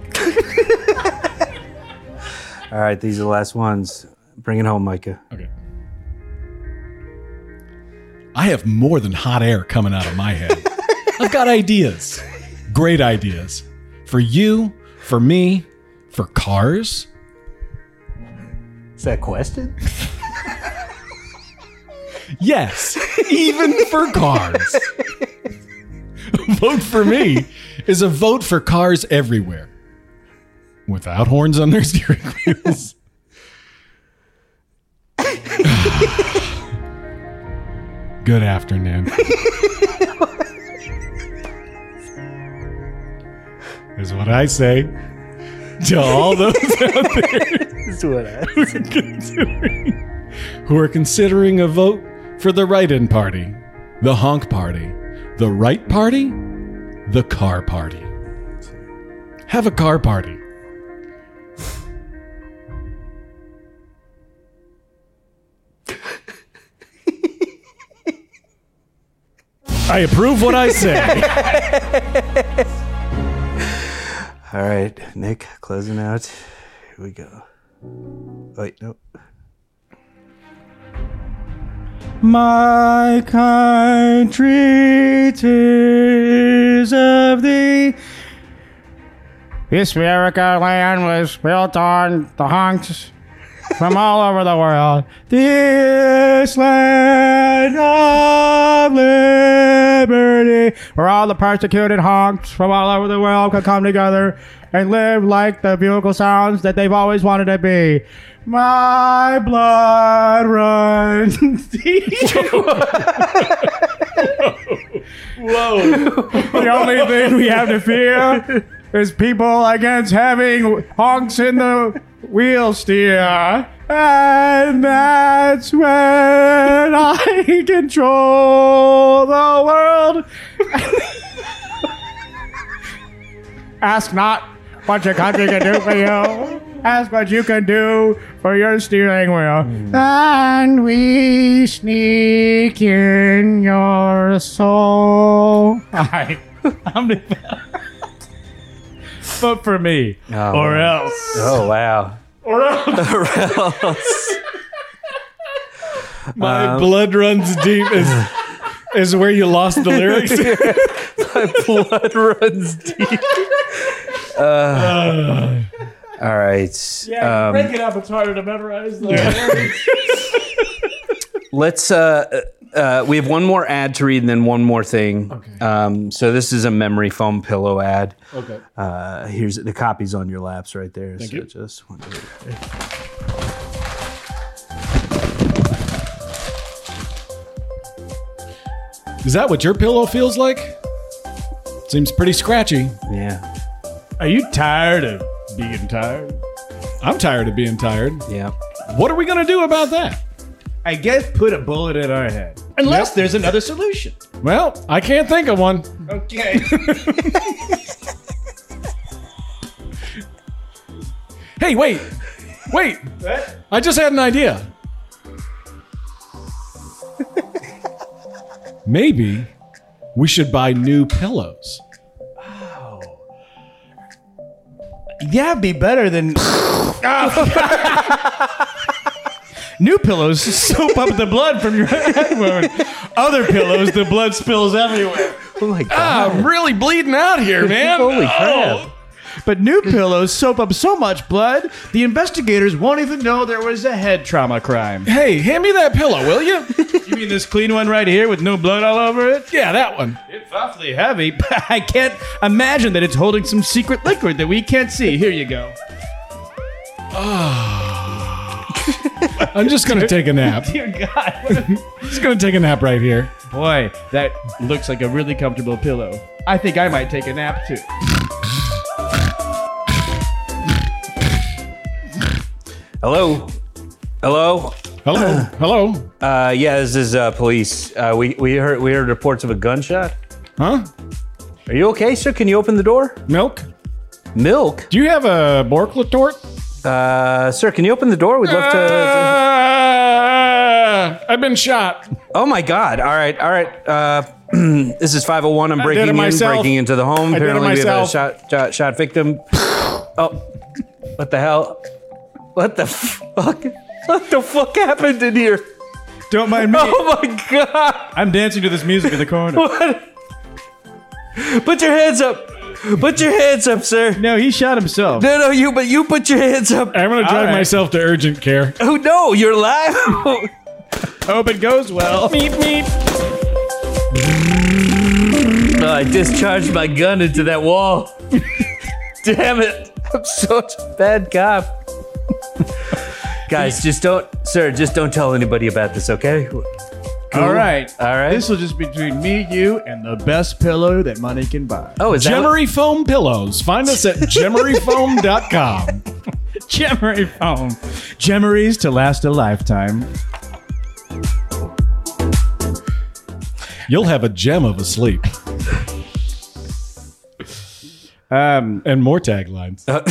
Speaker 1: All right, these are the last ones. Bring it home, Micah.
Speaker 2: Okay. I have more than hot air coming out of my head. I've got ideas. Great ideas. For you, for me, for cars.
Speaker 1: Is that a question?
Speaker 2: Yes, even for cars. vote for me is a vote for cars everywhere without horns on their steering wheels. Good afternoon. is what I say to all those out there
Speaker 1: That's what I.
Speaker 2: who are considering, who are considering a vote for the right-in party, the honk party, the right party, the car party. Have a car party. I approve what I say.
Speaker 1: All right, Nick, closing out. Here we go. Wait, no.
Speaker 3: My country tis of thee.
Speaker 11: This America land was built on the honks from all over the world.
Speaker 3: This land of liberty, where all the persecuted honks from all over the world can come together and live like the bugle sounds that they've always wanted to be. My blood runs deep. The only thing we have to fear is people against having honks in the wheel steer. And that's when I control the world. Ask not what your country can do for you. Ask what you can do for your steering
Speaker 4: Hmm.
Speaker 3: wheel. And we sneak in your soul. I, I'm the Vote for me,
Speaker 1: Oh,
Speaker 3: or
Speaker 1: wow.
Speaker 3: else.
Speaker 1: Oh, wow. Or else.
Speaker 2: My blood runs deep is is where you lost the lyrics.
Speaker 1: Blood runs deep. Uh, all right. um,
Speaker 8: it up. It's harder to memorize.
Speaker 1: Let's. Uh, uh, we have one more ad to read, and then one more thing. Okay. Um, so this is a memory foam pillow ad.
Speaker 2: Oh.
Speaker 1: Okay. Uh, here's the copies on your laps right there. Thank so
Speaker 2: you.
Speaker 1: Just one, two, three.
Speaker 2: Is that what your pillow feels like? Seems pretty scratchy.
Speaker 1: yeah,
Speaker 3: Are you tired of being tired?
Speaker 2: I'm tired of being tired.
Speaker 1: yeah.
Speaker 2: What are we gonna do about that?
Speaker 3: I guess put a bullet in our head.
Speaker 8: Unless there's another solution.
Speaker 2: Well, I can't think of one.
Speaker 8: Okay.
Speaker 2: Hey, wait, wait! I just had an idea. Maybe we should buy new pillows.
Speaker 3: Yeah, it'd be better than. Ah. New pillows soap up the blood from your head wound. Other pillows, the blood spills everywhere. Ah,
Speaker 1: Oh my god!
Speaker 2: I'm really bleeding out here, man.
Speaker 1: Holy crap!
Speaker 3: Oh. But new pillows soap up so much blood, the investigators won't even know there was a head trauma crime.
Speaker 2: Hey, hand me that pillow, will you?
Speaker 3: You mean this clean one right here with no blood all over it?
Speaker 2: yeah, that one.
Speaker 3: It's awfully heavy, but I can't imagine that it's holding some secret liquid that we can't see. Here you go.
Speaker 2: I'm just gonna take a nap.
Speaker 3: Dear God. what a-
Speaker 2: Just gonna take a nap right here.
Speaker 3: Boy, that looks like a really comfortable pillow. I think I might take a nap too.
Speaker 1: Hello, hello.
Speaker 2: Hello, hello,
Speaker 1: Uh, yeah, this is uh, police. Uh, we we heard we heard reports of a gunshot.
Speaker 2: huh?
Speaker 1: Are you okay, sir? Can you open the door?
Speaker 2: Milk?
Speaker 1: Milk,
Speaker 2: Do you have a Bork retort?
Speaker 1: uh, sir. Can you open the door? We'd love to.
Speaker 2: Yeah, I've been shot.
Speaker 1: Oh my God! All right, all right. Uh, this is five hundred one. I'm
Speaker 2: I did it
Speaker 1: breaking in,
Speaker 2: myself.
Speaker 1: breaking into the home.
Speaker 2: I did it
Speaker 1: Apparently, we have a
Speaker 2: myself.
Speaker 1: shot, shot, shot victim. oh, what the hell? What the fuck? What the fuck happened in here?
Speaker 3: Don't mind me.
Speaker 1: Oh my God!
Speaker 3: I'm dancing to this music in the corner.
Speaker 1: What? Put your hands up. Put your hands up, sir.
Speaker 3: No, he shot himself.
Speaker 1: No, no, you. But you put your hands up.
Speaker 2: I'm gonna drive
Speaker 3: right.
Speaker 2: myself to urgent care.
Speaker 1: Oh no, you're live.
Speaker 3: Hope it goes well.
Speaker 1: Uh, I discharged my gun into that wall. Damn it. I'm such a bad cop. Guys, just don't, sir, just don't tell anybody about this, okay?
Speaker 3: All right.
Speaker 1: All right.
Speaker 3: This will just be between me, you, and the best pillow that money can buy.
Speaker 1: oh, is that. What,
Speaker 2: Gemery foam pillows. Find us at gemeryfoam.com.
Speaker 3: Gemery foam. Gemeries to last a lifetime.
Speaker 2: You'll have a gem of a sleep
Speaker 3: Um,
Speaker 2: and more taglines.
Speaker 1: Uh,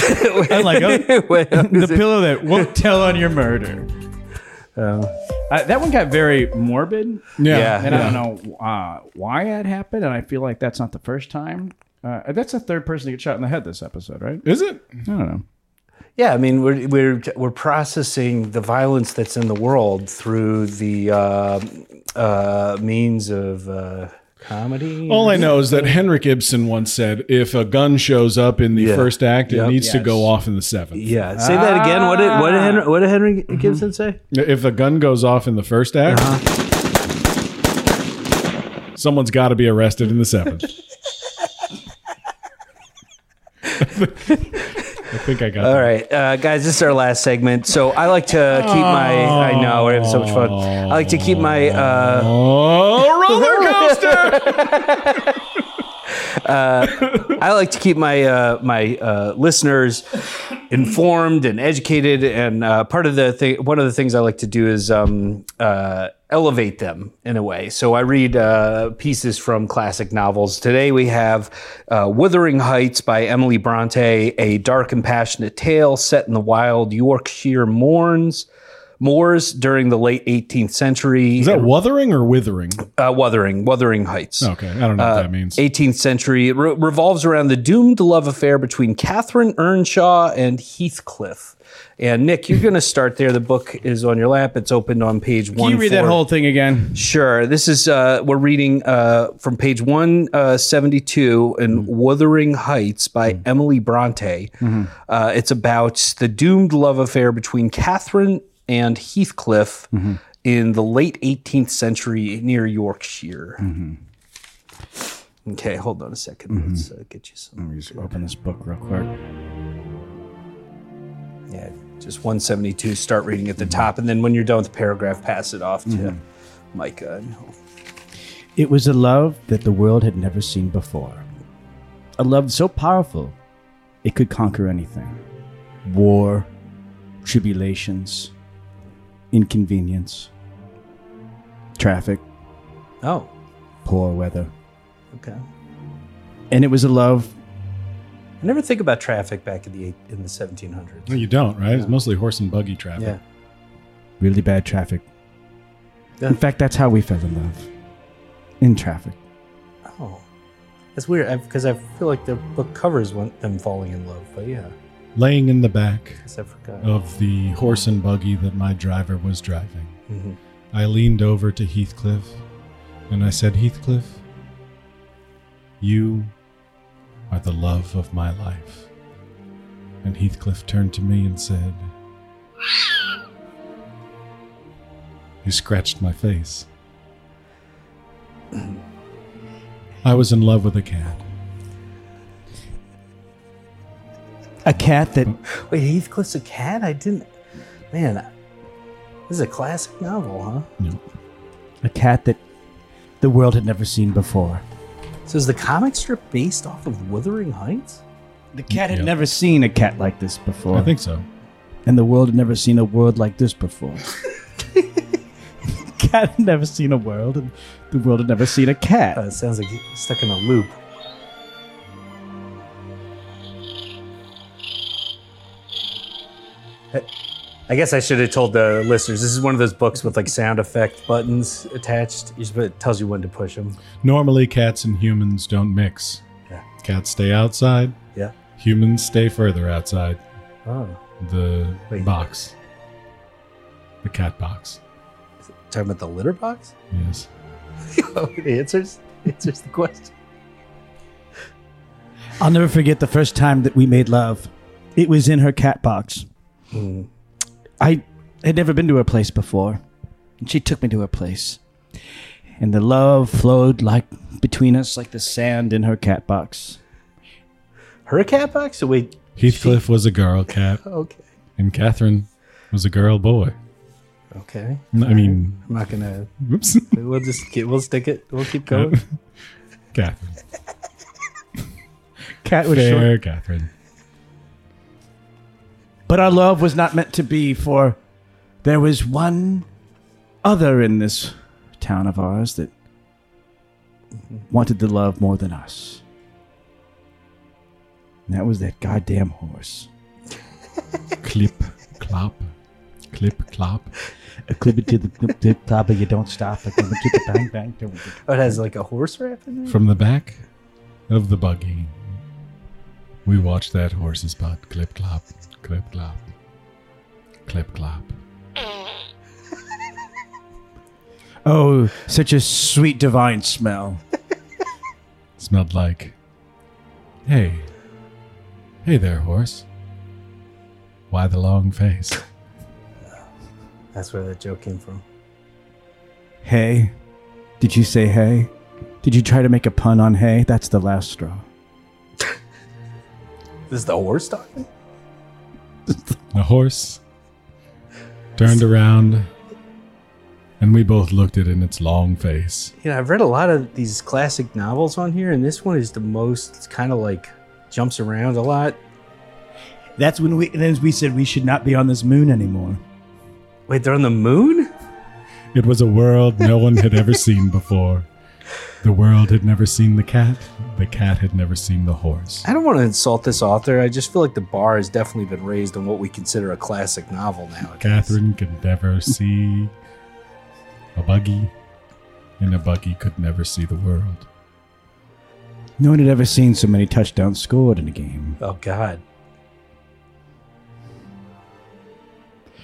Speaker 3: I like oh,
Speaker 1: Wait,
Speaker 3: the pillow that won't tell on your murder. Uh, that one got very morbid,
Speaker 1: yeah.
Speaker 3: and I don't know uh, why that happened. And I feel like that's not the first time. Uh, that's the third person to get shot in the head this episode, right?
Speaker 2: Is it?
Speaker 3: I don't know.
Speaker 1: yeah, I mean, we're, we're, we're processing the violence that's in the world through the uh, uh, means of uh, comedy.
Speaker 2: All I know is that Henrik Ibsen once said, "If a gun shows up in the
Speaker 1: Yeah.
Speaker 2: first act, it
Speaker 1: Yep.
Speaker 2: needs to
Speaker 1: Yes.
Speaker 2: go off in the seventh.
Speaker 1: Yeah, say that again. What did, what did Henry, what did Henry Gibson say?
Speaker 2: If a gun goes off in the first act,
Speaker 1: Uh-huh.
Speaker 2: someone's got to be arrested in the seventh. I think I got.
Speaker 1: All
Speaker 2: that.
Speaker 1: right, uh, guys, this is our last segment. So I like to keep my. I know we're having so much fun. I like to keep my. Uh,
Speaker 2: Oh, roller coaster!
Speaker 1: I like to keep my uh, my uh, listeners informed and educated. And uh, part of the thing, one of the things I like to do is um, uh, elevate them in a way. So I read uh, pieces from classic novels. Today we have uh, *Wuthering Heights* by Emily Bronte, a dark and passionate tale set in the wild Yorkshire moors. Moors during the late 18th century.
Speaker 2: Is that wuthering or withering?
Speaker 1: Uh, Wuthering, Wuthering Heights.
Speaker 2: Okay, I don't know
Speaker 1: Uh,
Speaker 2: what that means.
Speaker 1: 18th century. It re- revolves around the doomed love affair between Catherine Earnshaw and Heathcliff. And Nick, you're going to start there. The book is on your lap. It's opened on page one.
Speaker 3: Can you read that
Speaker 1: four-
Speaker 3: whole thing again?
Speaker 1: Sure. This is uh, we're reading uh, from page one seventy two in Wuthering Heights by Emily Bronte. Uh, it's about the doomed love affair between Catherine and Heathcliff in the late eighteenth century near Yorkshire. Okay, hold on a 2nd let Let's uh, get you some.
Speaker 3: Open this book real quick.
Speaker 1: Yeah, just 172. Start reading at the top, and then when you're done with the paragraph, pass it off to Micah. And he'll-
Speaker 4: It was a love that the world had never seen before. A love so powerful, it could conquer anything war, tribulations, inconvenience, traffic,
Speaker 1: Oh,
Speaker 4: poor weather.
Speaker 1: okay.
Speaker 4: And it was a love
Speaker 1: I never think about traffic back in the eight, in the 1700s.
Speaker 2: No, you don't, right? It's mostly horse and buggy traffic.
Speaker 1: Yeah.
Speaker 4: really bad traffic.
Speaker 1: Yeah.
Speaker 4: In fact, that's how we fell in love. In traffic.
Speaker 1: Oh, that's weird because I feel like the book covers one, them falling in love. But yeah,
Speaker 2: Laying in the back
Speaker 1: I guess I forgot.
Speaker 2: of the horse and buggy that my driver was driving,
Speaker 1: Mhm.
Speaker 2: I leaned over to Heathcliff and I said, Heathcliff, you are the love of my life. And Heathcliff turned to me and said, He scratched my face. I was in love with a cat.
Speaker 4: A cat that
Speaker 1: Wait, Heathcliff's a cat? I didn't. Man, I- this is a classic novel, huh?
Speaker 4: a cat that the world had never seen before.
Speaker 1: So is the comic strip based off of Wuthering Heights?
Speaker 4: The cat had
Speaker 2: Yeah.
Speaker 4: never seen a cat like this before.
Speaker 2: I think so.
Speaker 4: and the world had never seen a world like this before. cat had never seen a world, and the world had never seen a
Speaker 1: Uh,
Speaker 4: cat.
Speaker 1: it sounds like he's stuck in a loop. Hey, I guess I should have told the listeners this is one of those books with like sound effect buttons attached. You just- It tells you when to push them.
Speaker 2: Normally, cats and humans don't mix.
Speaker 1: Yeah.
Speaker 2: Cats stay outside.
Speaker 1: Yeah.
Speaker 2: Humans stay further outside
Speaker 1: Oh,
Speaker 2: the
Speaker 1: Wait.
Speaker 2: box. The cat box.
Speaker 1: talking about the litter box? Oh,
Speaker 2: Yes.
Speaker 1: it answers answers the question.
Speaker 3: I'll never forget the first time that we made love. It was in her cat box. Mm. I had never been to her place before. And she took me to her place. And the love flowed like between us like the sand in her cat box.
Speaker 1: Her cat box? So wait.
Speaker 2: Heathcliff was a girl cat,
Speaker 1: Okay.
Speaker 2: and Catherine was a girl boy.
Speaker 1: Okay.
Speaker 2: I mean,
Speaker 1: I'm not gonna.
Speaker 2: Oops.
Speaker 1: We'll just get, we'll stick it. We'll keep going.
Speaker 2: Catherine.
Speaker 3: Cat was
Speaker 2: Fair
Speaker 3: short.
Speaker 2: Catherine.
Speaker 3: But our love was not meant to be, for there was one other in this town of ours that wanted the love more than us. And that was that goddamn horse.
Speaker 2: Clip, clop, clip, clop.
Speaker 3: A clip it to the clip tip top, but you don't stop. A clip it to the bang bang. don't-
Speaker 1: Oh, it has like a horse wrap in there.
Speaker 2: From the back of the buggy, we watched that horse's butt clip clop, clip clop, clip clop.
Speaker 3: Oh, such a sweet divine smell.
Speaker 2: Smelled like, hey, hey there, horse. Why the long face?
Speaker 1: That's where that joke came from.
Speaker 3: Hey, did you say hey? Did you try to make a pun on hey? That's the last straw.
Speaker 1: This is the horse talking.
Speaker 2: The horse turned around, and we both looked at it in its long face.
Speaker 1: You know, I've read a lot of these classic novels on here, and this one is the most. It's kind of like jumps around a lot.
Speaker 3: That's when we then we said we should not be on this moon anymore.
Speaker 1: Wait, they're on the moon?
Speaker 2: It was a world no one had ever seen before. The world had never seen the cat. The cat had never seen the horse.
Speaker 1: I don't want to insult this author. I just feel like the bar has definitely been raised on what we consider a classic novel now.
Speaker 2: Catherine could never see a buggy, and a buggy could never see the world.
Speaker 3: No one had ever seen so many touchdowns scored in a game.
Speaker 1: Oh God.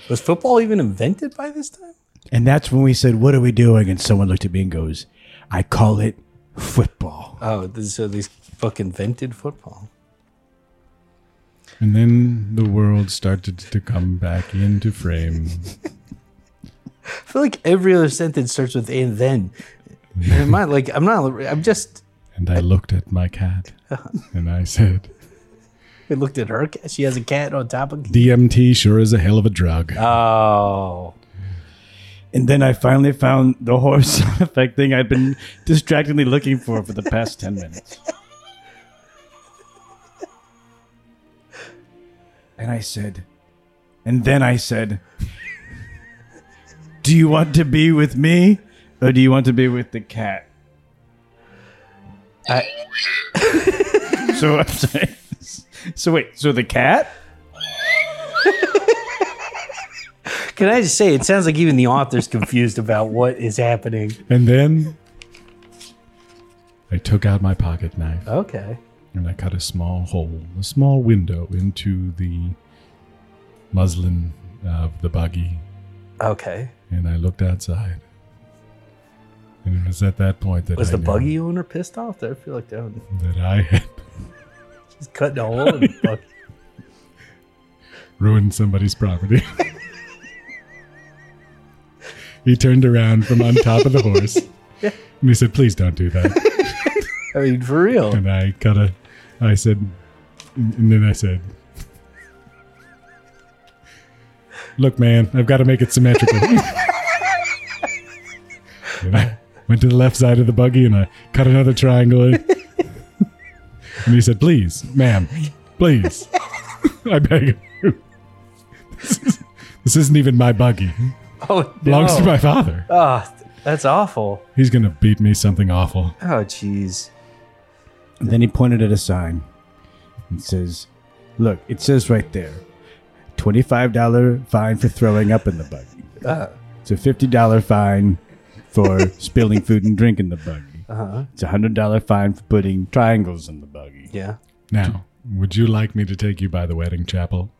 Speaker 1: Was football even invented by this time?
Speaker 3: And that's when we said, What are we doing? And someone looked at me and goes, I call it football.
Speaker 1: Oh, this- so these fucking invented football.
Speaker 2: And then the world started to come back into frame.
Speaker 1: I feel like every other sentence starts with "and then." And I'm not like I'm not. I'm just.
Speaker 2: And I looked at my cat and I said,
Speaker 1: I looked at her. cat. She has a cat on top of.
Speaker 2: DMT sure is a hell of a drug.
Speaker 1: Oh.
Speaker 3: And then I finally found the horse sound effect thing I'd been distractingly looking for for the past 10 minutes. And I said, And then I said, Do you want to be with me or do you want to be with the cat?
Speaker 1: I-
Speaker 3: so I'm saying, so wait, so the cat?
Speaker 1: Can I just say it sounds like even the author's confused about what is happening.
Speaker 2: And then I took out my pocket knife
Speaker 1: Okay.
Speaker 2: and I cut a small hole, a small window into the muslin of the buggy.
Speaker 1: Okay.
Speaker 2: And I looked outside. And it was at that point that
Speaker 1: Was
Speaker 2: I
Speaker 1: the
Speaker 2: knew
Speaker 1: buggy owner pissed off? I feel like that one
Speaker 2: that I had
Speaker 1: just cutting a hole in the buggy.
Speaker 2: ruined somebody's property. he turned around from on top of the horse and he said, Please don't do that.
Speaker 1: I mean, for real.
Speaker 2: and I got a, I said, and then I said, "Look, man, I've got to make it symmetrical." and I went to the left side of the buggy and I cut another triangle. and he said, "Please, ma'am, please, I beg of you." This, is, this isn't even my buggy.
Speaker 1: Oh,
Speaker 2: Belongs to
Speaker 1: no.
Speaker 2: my father.
Speaker 1: Ah, that's awful.
Speaker 2: He's gonna beat me something awful.
Speaker 1: Oh, jeez.
Speaker 3: And then he pointed at a sign. It says, Look, it says right there $25 fine for throwing up in the buggy. It's a $50 fine for spilling food and drink in the buggy.
Speaker 1: Uh-huh.
Speaker 3: It's a $100 fine for putting triangles in the buggy.
Speaker 1: Yeah.
Speaker 2: Now, would you like me to take you by the wedding chapel?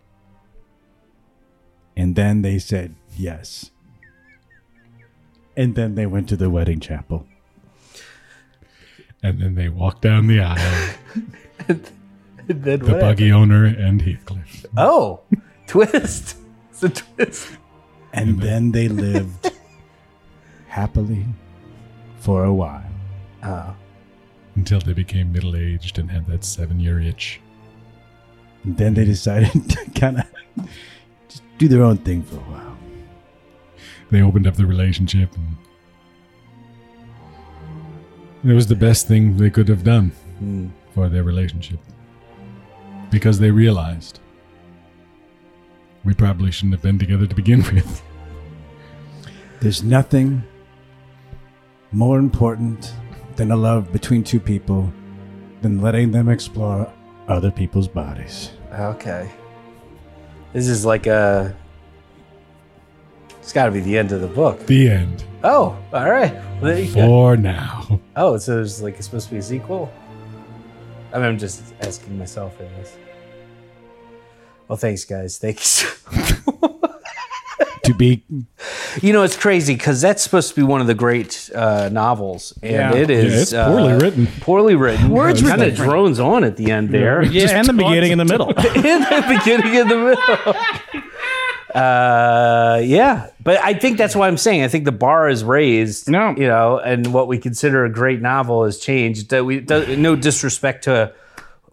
Speaker 3: And then they said yes. And then they went to the wedding chapel.
Speaker 2: And then they walked down the aisle,
Speaker 1: Then
Speaker 2: the
Speaker 1: what
Speaker 2: buggy
Speaker 1: happened?
Speaker 2: owner and Heathcliff.
Speaker 1: Oh, twist. It's a twist.
Speaker 3: And then they lived happily for a while.
Speaker 1: Oh.
Speaker 2: Until they became middle aged and had that seven year itch.
Speaker 3: And then they decided to kind of just do their own thing for a while.
Speaker 2: They opened up the relationship and it was the best thing they could have done
Speaker 1: Hmm.
Speaker 2: for their relationship. Because they realized we probably shouldn't have been together to begin with.
Speaker 3: There's nothing more important than a love between two people than letting them explore other people's bodies.
Speaker 1: Okay. This is like a. It's got to be the end of the book.
Speaker 2: The end.
Speaker 1: Oh, all right. Well, there you go.
Speaker 2: For now.
Speaker 1: Oh, so there's like it's supposed to be a sequel. I mean, I'm just asking myself in this. Well, thanks, guys. Thanks.
Speaker 3: to be,
Speaker 1: you know, it's crazy because that's supposed to be one of the great uh, novels, and
Speaker 2: Yeah.
Speaker 1: it is
Speaker 2: Yeah, it's poorly
Speaker 1: uh,
Speaker 2: written.
Speaker 1: Poorly written.
Speaker 2: Words were
Speaker 1: kind of
Speaker 2: different.
Speaker 1: drones on at the end there.
Speaker 2: Yeah, Just and the beginning
Speaker 1: in the middle. in the beginning in the middle. Uh, yeah, but I think that's why I'm saying I think the bar is raised. No, you know, and what we consider a great novel has changed. That we do- no disrespect to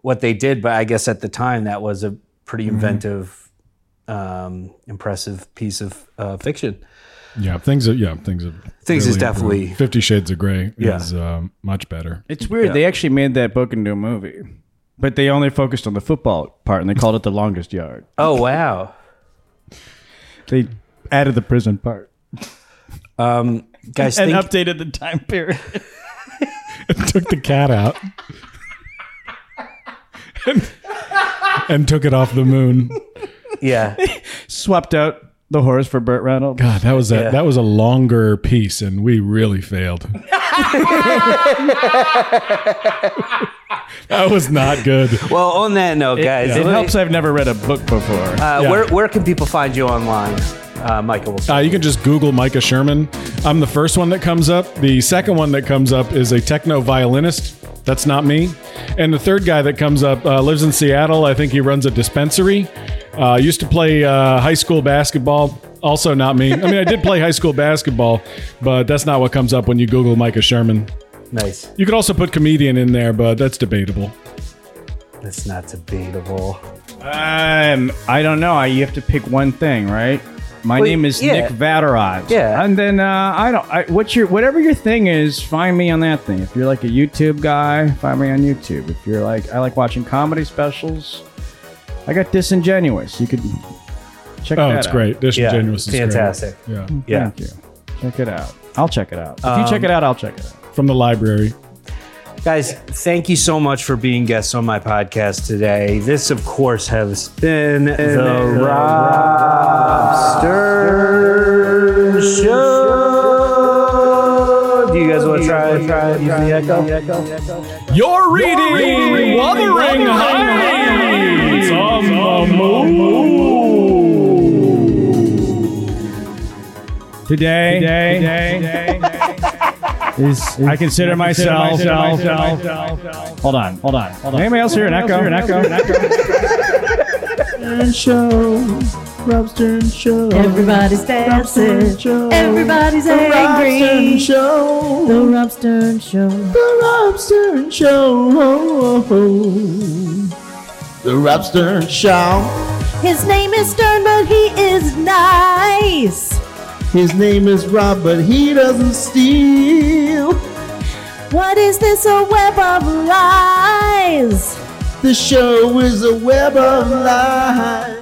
Speaker 1: what they did, but I guess at the time that was a pretty
Speaker 2: Mm-hmm.
Speaker 1: inventive, um, impressive piece of uh, fiction.
Speaker 2: Yeah, things are, yeah, things are.
Speaker 1: Things is definitely-
Speaker 2: Fifty Shades of Grey
Speaker 1: Yeah.
Speaker 2: is um, much better.
Speaker 4: It's weird. They actually made that book into a movie, but they only focused on the football part and they called it The Longest Yard.
Speaker 1: Oh wow!
Speaker 4: They added the prison part.
Speaker 1: Um, guys,
Speaker 4: and
Speaker 1: think-
Speaker 4: updated the time period.
Speaker 2: took the cat out and, and took it off the moon.
Speaker 1: Yeah,
Speaker 4: swapped out the horse for Burt Reynolds.
Speaker 2: God, that was a
Speaker 4: Yeah.
Speaker 2: that was a longer piece, and we really failed. that was not good.
Speaker 1: Well, on that note, guys,
Speaker 2: it helps
Speaker 4: I've never read a book before.
Speaker 1: Uh,
Speaker 2: Yeah.
Speaker 1: Where where can people find you online, uh, Michael?
Speaker 2: Uh, you can just Google Micah Sherman. I'm the first one that comes up. The second one that comes up is a techno violinist. That's not me. And the third guy that comes up uh, lives in Seattle. I think he runs a dispensary. Uh, used to play uh, high school basketball. Also not me. I mean, I did play high school basketball, but that's not what comes up when you Google Micah Sherman.
Speaker 1: Nice.
Speaker 2: You could also put comedian in there, but that's debatable.
Speaker 1: That's not debatable.
Speaker 4: Um, I don't know. I, you have to pick one thing, right? My
Speaker 1: Well,
Speaker 4: name is
Speaker 1: yeah.
Speaker 4: Nick Vatterod.
Speaker 1: Yeah.
Speaker 4: and then uh, I don't. I, what's your whatever your thing is? Find me on that thing. If you're like a YouTube guy, find me on YouTube. If you're like I like watching comedy specials, I got disingenuous. You could check.
Speaker 2: Oh,
Speaker 4: that
Speaker 2: it's
Speaker 4: out.
Speaker 2: great. Disingenuous Yeah, is great. fantastic. Yeah. Yeah.
Speaker 4: Thank you. Check it out. I'll check it out. If
Speaker 1: Um,
Speaker 4: you check it out, I'll check it out.
Speaker 2: From the library.
Speaker 1: Guys, thank you so much for being guests on my podcast today. This, of course, has been the Robster Show. Do you guys want to try, try, use the echo?
Speaker 2: You're reading, Wuthering Heights on the
Speaker 4: Today, today, is I consider myself. Hold on, hold on, hold on. Anybody else hear an echo? An echo?
Speaker 13: Show. Rob Stern Show. Everybody's dancing. Everybody's
Speaker 9: The Rob Stern
Speaker 13: angry.
Speaker 9: Show.
Speaker 13: The Rob Stern Show.
Speaker 9: The Rob Stern Show. The Rob Stern Show.
Speaker 13: His name is Stern, but he is nice.
Speaker 9: His name is Rob, but he doesn't steal.
Speaker 13: What is this? A web of lies.
Speaker 9: The show is a web of lies.